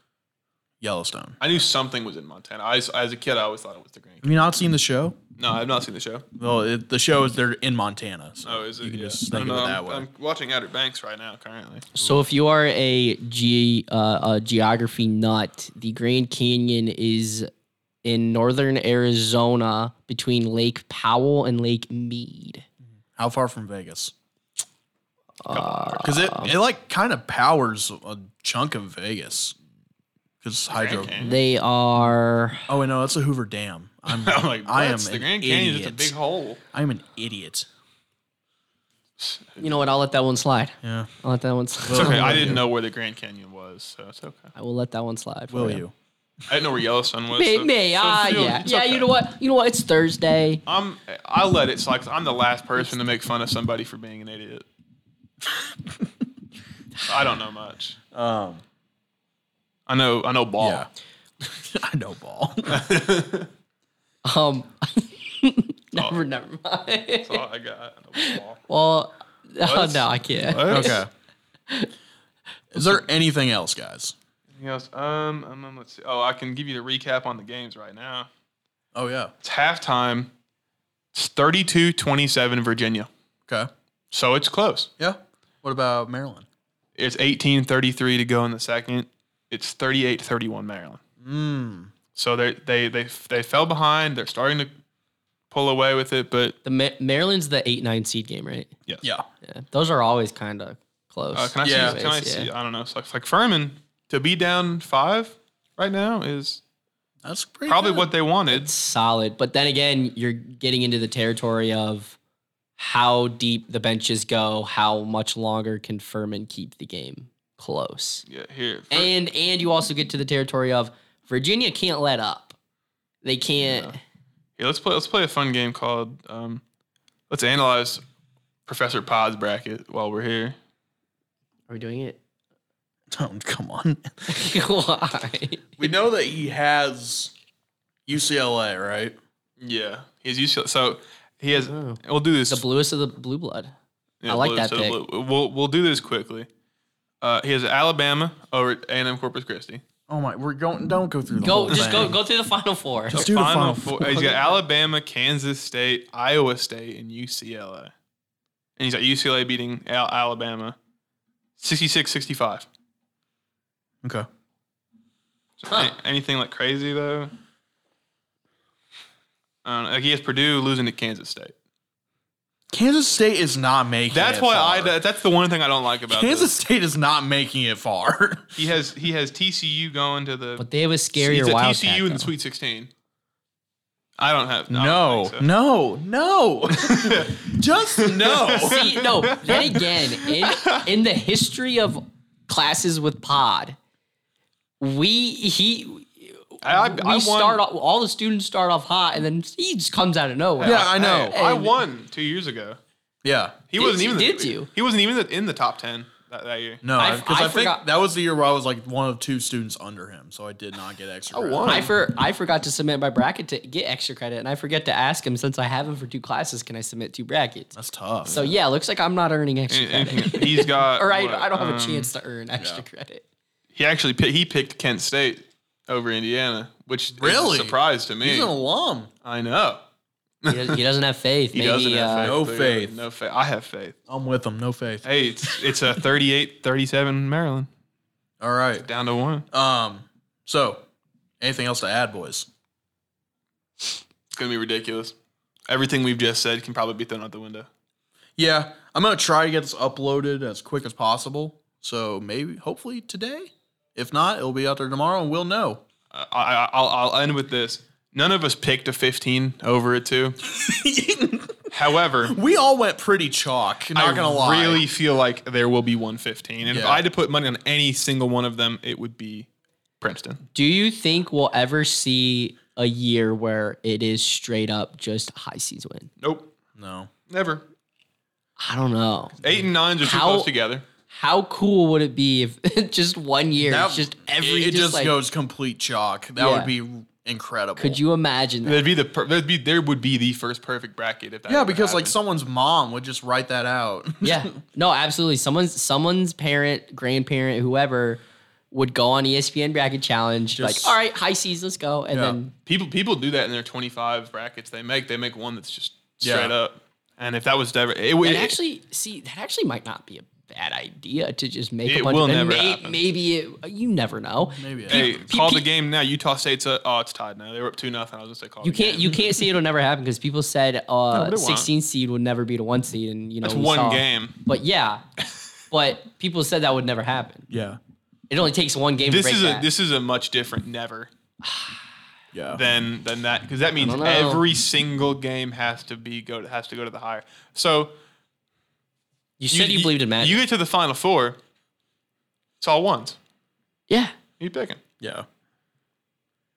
Yellowstone.
I knew something was in Montana. I, as a kid, I always thought it was the Grand.
Have you not seen the show?
Canyon. No, I've not seen the show.
Well, it, the show is they're in Montana. So
Oh, is it?
You can
Yeah.
just
I
think
don't
of
know.
it that
I'm,
way.
I'm watching Outer Banks right now, currently.
So if you are a, ge- uh, a geography nut, the Grand Canyon is in northern Arizona between Lake Powell and Lake Mead.
How far from Vegas?
Uh,
because it it like kind of powers a chunk of Vegas because hydro.
Hmm.
They are.
Oh wait, no, that's a Hoover Dam. I'm,
I'm like,
I am
"What's- the
an
Grand Canyon is
idiot.
just a big hole.
I am an idiot.
You know what? I'll let that one slide.
Yeah,
I'll let that one
It's
slide.
okay. I didn't know where the Grand Canyon was, so it's okay.
I will let that one slide. for
will you?
I didn't know where Yellowstone was.
May,
so-
may,
so
ah,
feel-
yeah,
it's
yeah.
okay.
You know what? You know what? It's Thursday.
I'm. I let it slide. 'cause I'm the last person to make fun of somebody for being an idiot. I don't know much.
Um,
I know. I know ball.
yeah. I know ball.
Oh.
Um, never, never mind.
That's all I got. I know ball.
Well, oh,
What?
no, I can't.
okay. Is there anything else, guys?
Anything else? Um, um, um, let's see. Oh, I can give you the recap on the games right now.
Oh yeah.
It's halftime. It's 32-27 Virginia.
Okay.
So it's close.
Yeah. What about Maryland?
It's 18-33 to go in the second. It's 38-31 Maryland.
Mm.
So they they they they fell behind. They're starting to pull away with it, but
The Ma- Maryland's the eight nine seed game, right?
yes.
Yeah.
Yeah, those are always kind of close.
Uh, can I
Yeah.
see? Can I
Anyways,
see?
yeah.
I don't know. It's like like Furman to be down five right now is
That's pretty
probably
good.
what they wanted.
It's solid, but then again, you're getting into the territory of how deep the benches go, how much longer can Furman keep the game close,
Yeah, here. Fur-
and and you also get to the territory of Virginia can't let up. They can't.
here, let's play. Let's play a fun game called. Um, let's analyze Professor Pod's bracket while we're here.
Are we doing it?
Don't Oh, come on.
Why?
We know that he has UCLA, right?
Yeah, he's UCLA. So he has.
Oh.
We'll do this.
Mm-hmm. The bluest of the blue blood.
yeah,
I like
blue,
that
so
pick.
blue. We'll we'll do this quickly. Uh, he has Alabama over at A&M Corpus Christi.
Oh my, we're going. Don't go through the
Go,
whole
just
thing.
go, go through the final four.
Just do the final
four.
four.
He's got Alabama, Kansas State, Iowa State, and UCLA. And he's got UCLA beating Al- Alabama 66 65.
Okay.
Anything like crazy, though? I don't know. Like he has Purdue losing to Kansas State.
Kansas State is not making.
That's
it
why
far.
I. that- That's the one thing I don't like about
Kansas
This.
State is not making it far.
He has he has TCU going to the.
But they have a
he's
scarier
at
wild.
TCU in the Sweet 16. I don't have. I don't
No,
think so.
no, no. Just no.
See, no. Then again, in in the history of classes with Pod, we he
I, I,
we
I won.
start off, all the students start off hot, and then he just comes out of nowhere.
Yeah, I know.
I won two years ago.
Yeah.
He
Did
wasn't
you-
even.
did
the,
you?
He wasn't even the, in the top ten that, that year.
No,
I-
because
I
I, think
forgot-
that was the year where I was like one of two students under him, so I did not get extra. credit.
I, for, I forgot to submit my bracket to get extra credit, and I forget to ask him since I have him for two classes. Can I submit two brackets?
That's tough.
So yeah, looks like I'm not earning extra
And-
credit,
and he's got.
or I,
what,
I don't have a
um,
chance to earn extra credit.
He actually pi- he picked Kent State over Indiana, which is
Really?
a surprise to me.
he's an alum.
I know.
He, does, he doesn't have faith.
He
Maybe
doesn't have
uh,
faith.
No
clearly.
faith.
No faith. I have faith.
I'm with him. No faith.
Hey, it's it's a 38-37 Maryland
All right.
down to one.
Um. So, anything else to add, boys?
It's gonna be ridiculous. Everything we've just said can probably be thrown out the window.
Yeah, I'm gonna try to get this uploaded as quick as possible. So maybe, hopefully today. If not, it'll be out there tomorrow, and we'll know.
I, I I'll, I'll end with this. None of us picked a 15 over a two. However,
We all went pretty chalk. Not
I
gonna lie.
really feel like there will be 115. And if
Yeah.
I had to put money on any single one of them, it would be Princeton.
Do you think we'll ever see a year where it is straight up just high seas win?
Nope.
No.
Never.
I don't know.
Eight and nines are too
How-
close together.
How cool would it be if just one year,
That-
it's just every,
It, it
just,
just
like,
goes complete chalk. That
Yeah.
would be incredible.
Could you imagine that?
There'd be the per- there'd be there would be the first perfect bracket if that
Yeah,
ever
because like
happened.
someone's mom would just write that out.
yeah, no, absolutely. Someone's someone's parent, grandparent, whoever would go on E ESPN bracket challenge.
Just-
like, all right, high seas, let's go, and
Yeah.
then
people people do that in their 25 brackets they make they make one that's just
Yeah.
straight up. And if that was ever it would
and actually see that actually might not be a bad idea to just make
It
a bunch
will
of and
never happen.
Maybe it, you never know.
Maybe.
Hey,
P-
call
P-
the game now. Utah State's uh, oh, it's tied now. They were up two nothing. I was gonna say call.
You
the
can't
game.
you can't say it'll never happen because people said uh,
Oh, but it won't.
16 seed would never beat a one seed, and you know
That's
we
one
saw-
game.
But yeah, but people said that would never happen.
yeah.
It only takes one game.
This
to break
is a
that.
this is a much different never
Yeah.
than than that because that means
don't know.
every single game has to be go to, has to go to the higher. So
You said you, believed in magic.
You get to the final four. It's all ones.
yeah,
You picking?
yeah.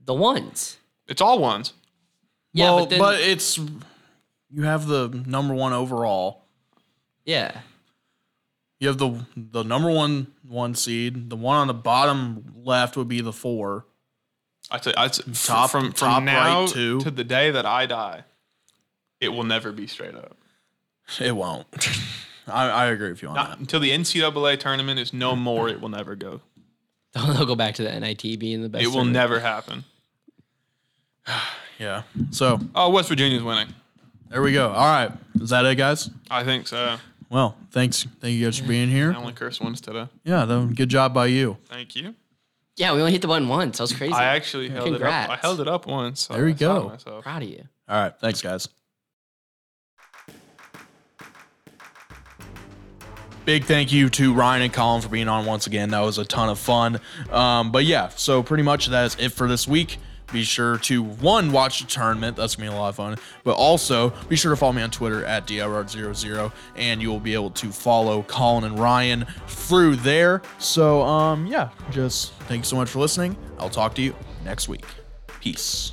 the ones.
It's all ones.
Yeah,
well,
but then
it's you have the number one overall.
yeah,
You have the the number one one seed. The one on the bottom left would be the four.
I tell you, I, top
Top-
from from
top
now
right two.
to the day that I die, it will never be straight up.
It won't. I, I agree with you on
Not
that.
until the NCAA tournament is no more. It will never go.
they'll go back to the NIT being the best.
It will
tournament.
never happen.
Yeah. So
Oh, West Virginia's winning.
there we go. All right. Is that it, guys?
I think so.
Well, thanks. Thank you guys for being here.
I only cursed once today.
Yeah. Then good job by you.
Thank you.
Yeah, we only hit the button once. That was crazy.
I actually held it up.
Congrats.
I held it up once.
There we
I saw it
go.
myself.
proud of you.
All right. Thanks, guys. Big thank you to Ryan and Colin for being on once again. That was a ton of fun. Um, but yeah, so pretty much that is it for this week. Be sure to one watch the tournament. That's gonna be a lot of fun. But also be sure to follow me on Twitter at drr00, and you will be able to follow Colin and Ryan through there. So um, yeah, just thank you so much for listening. I'll talk to you next week. Peace.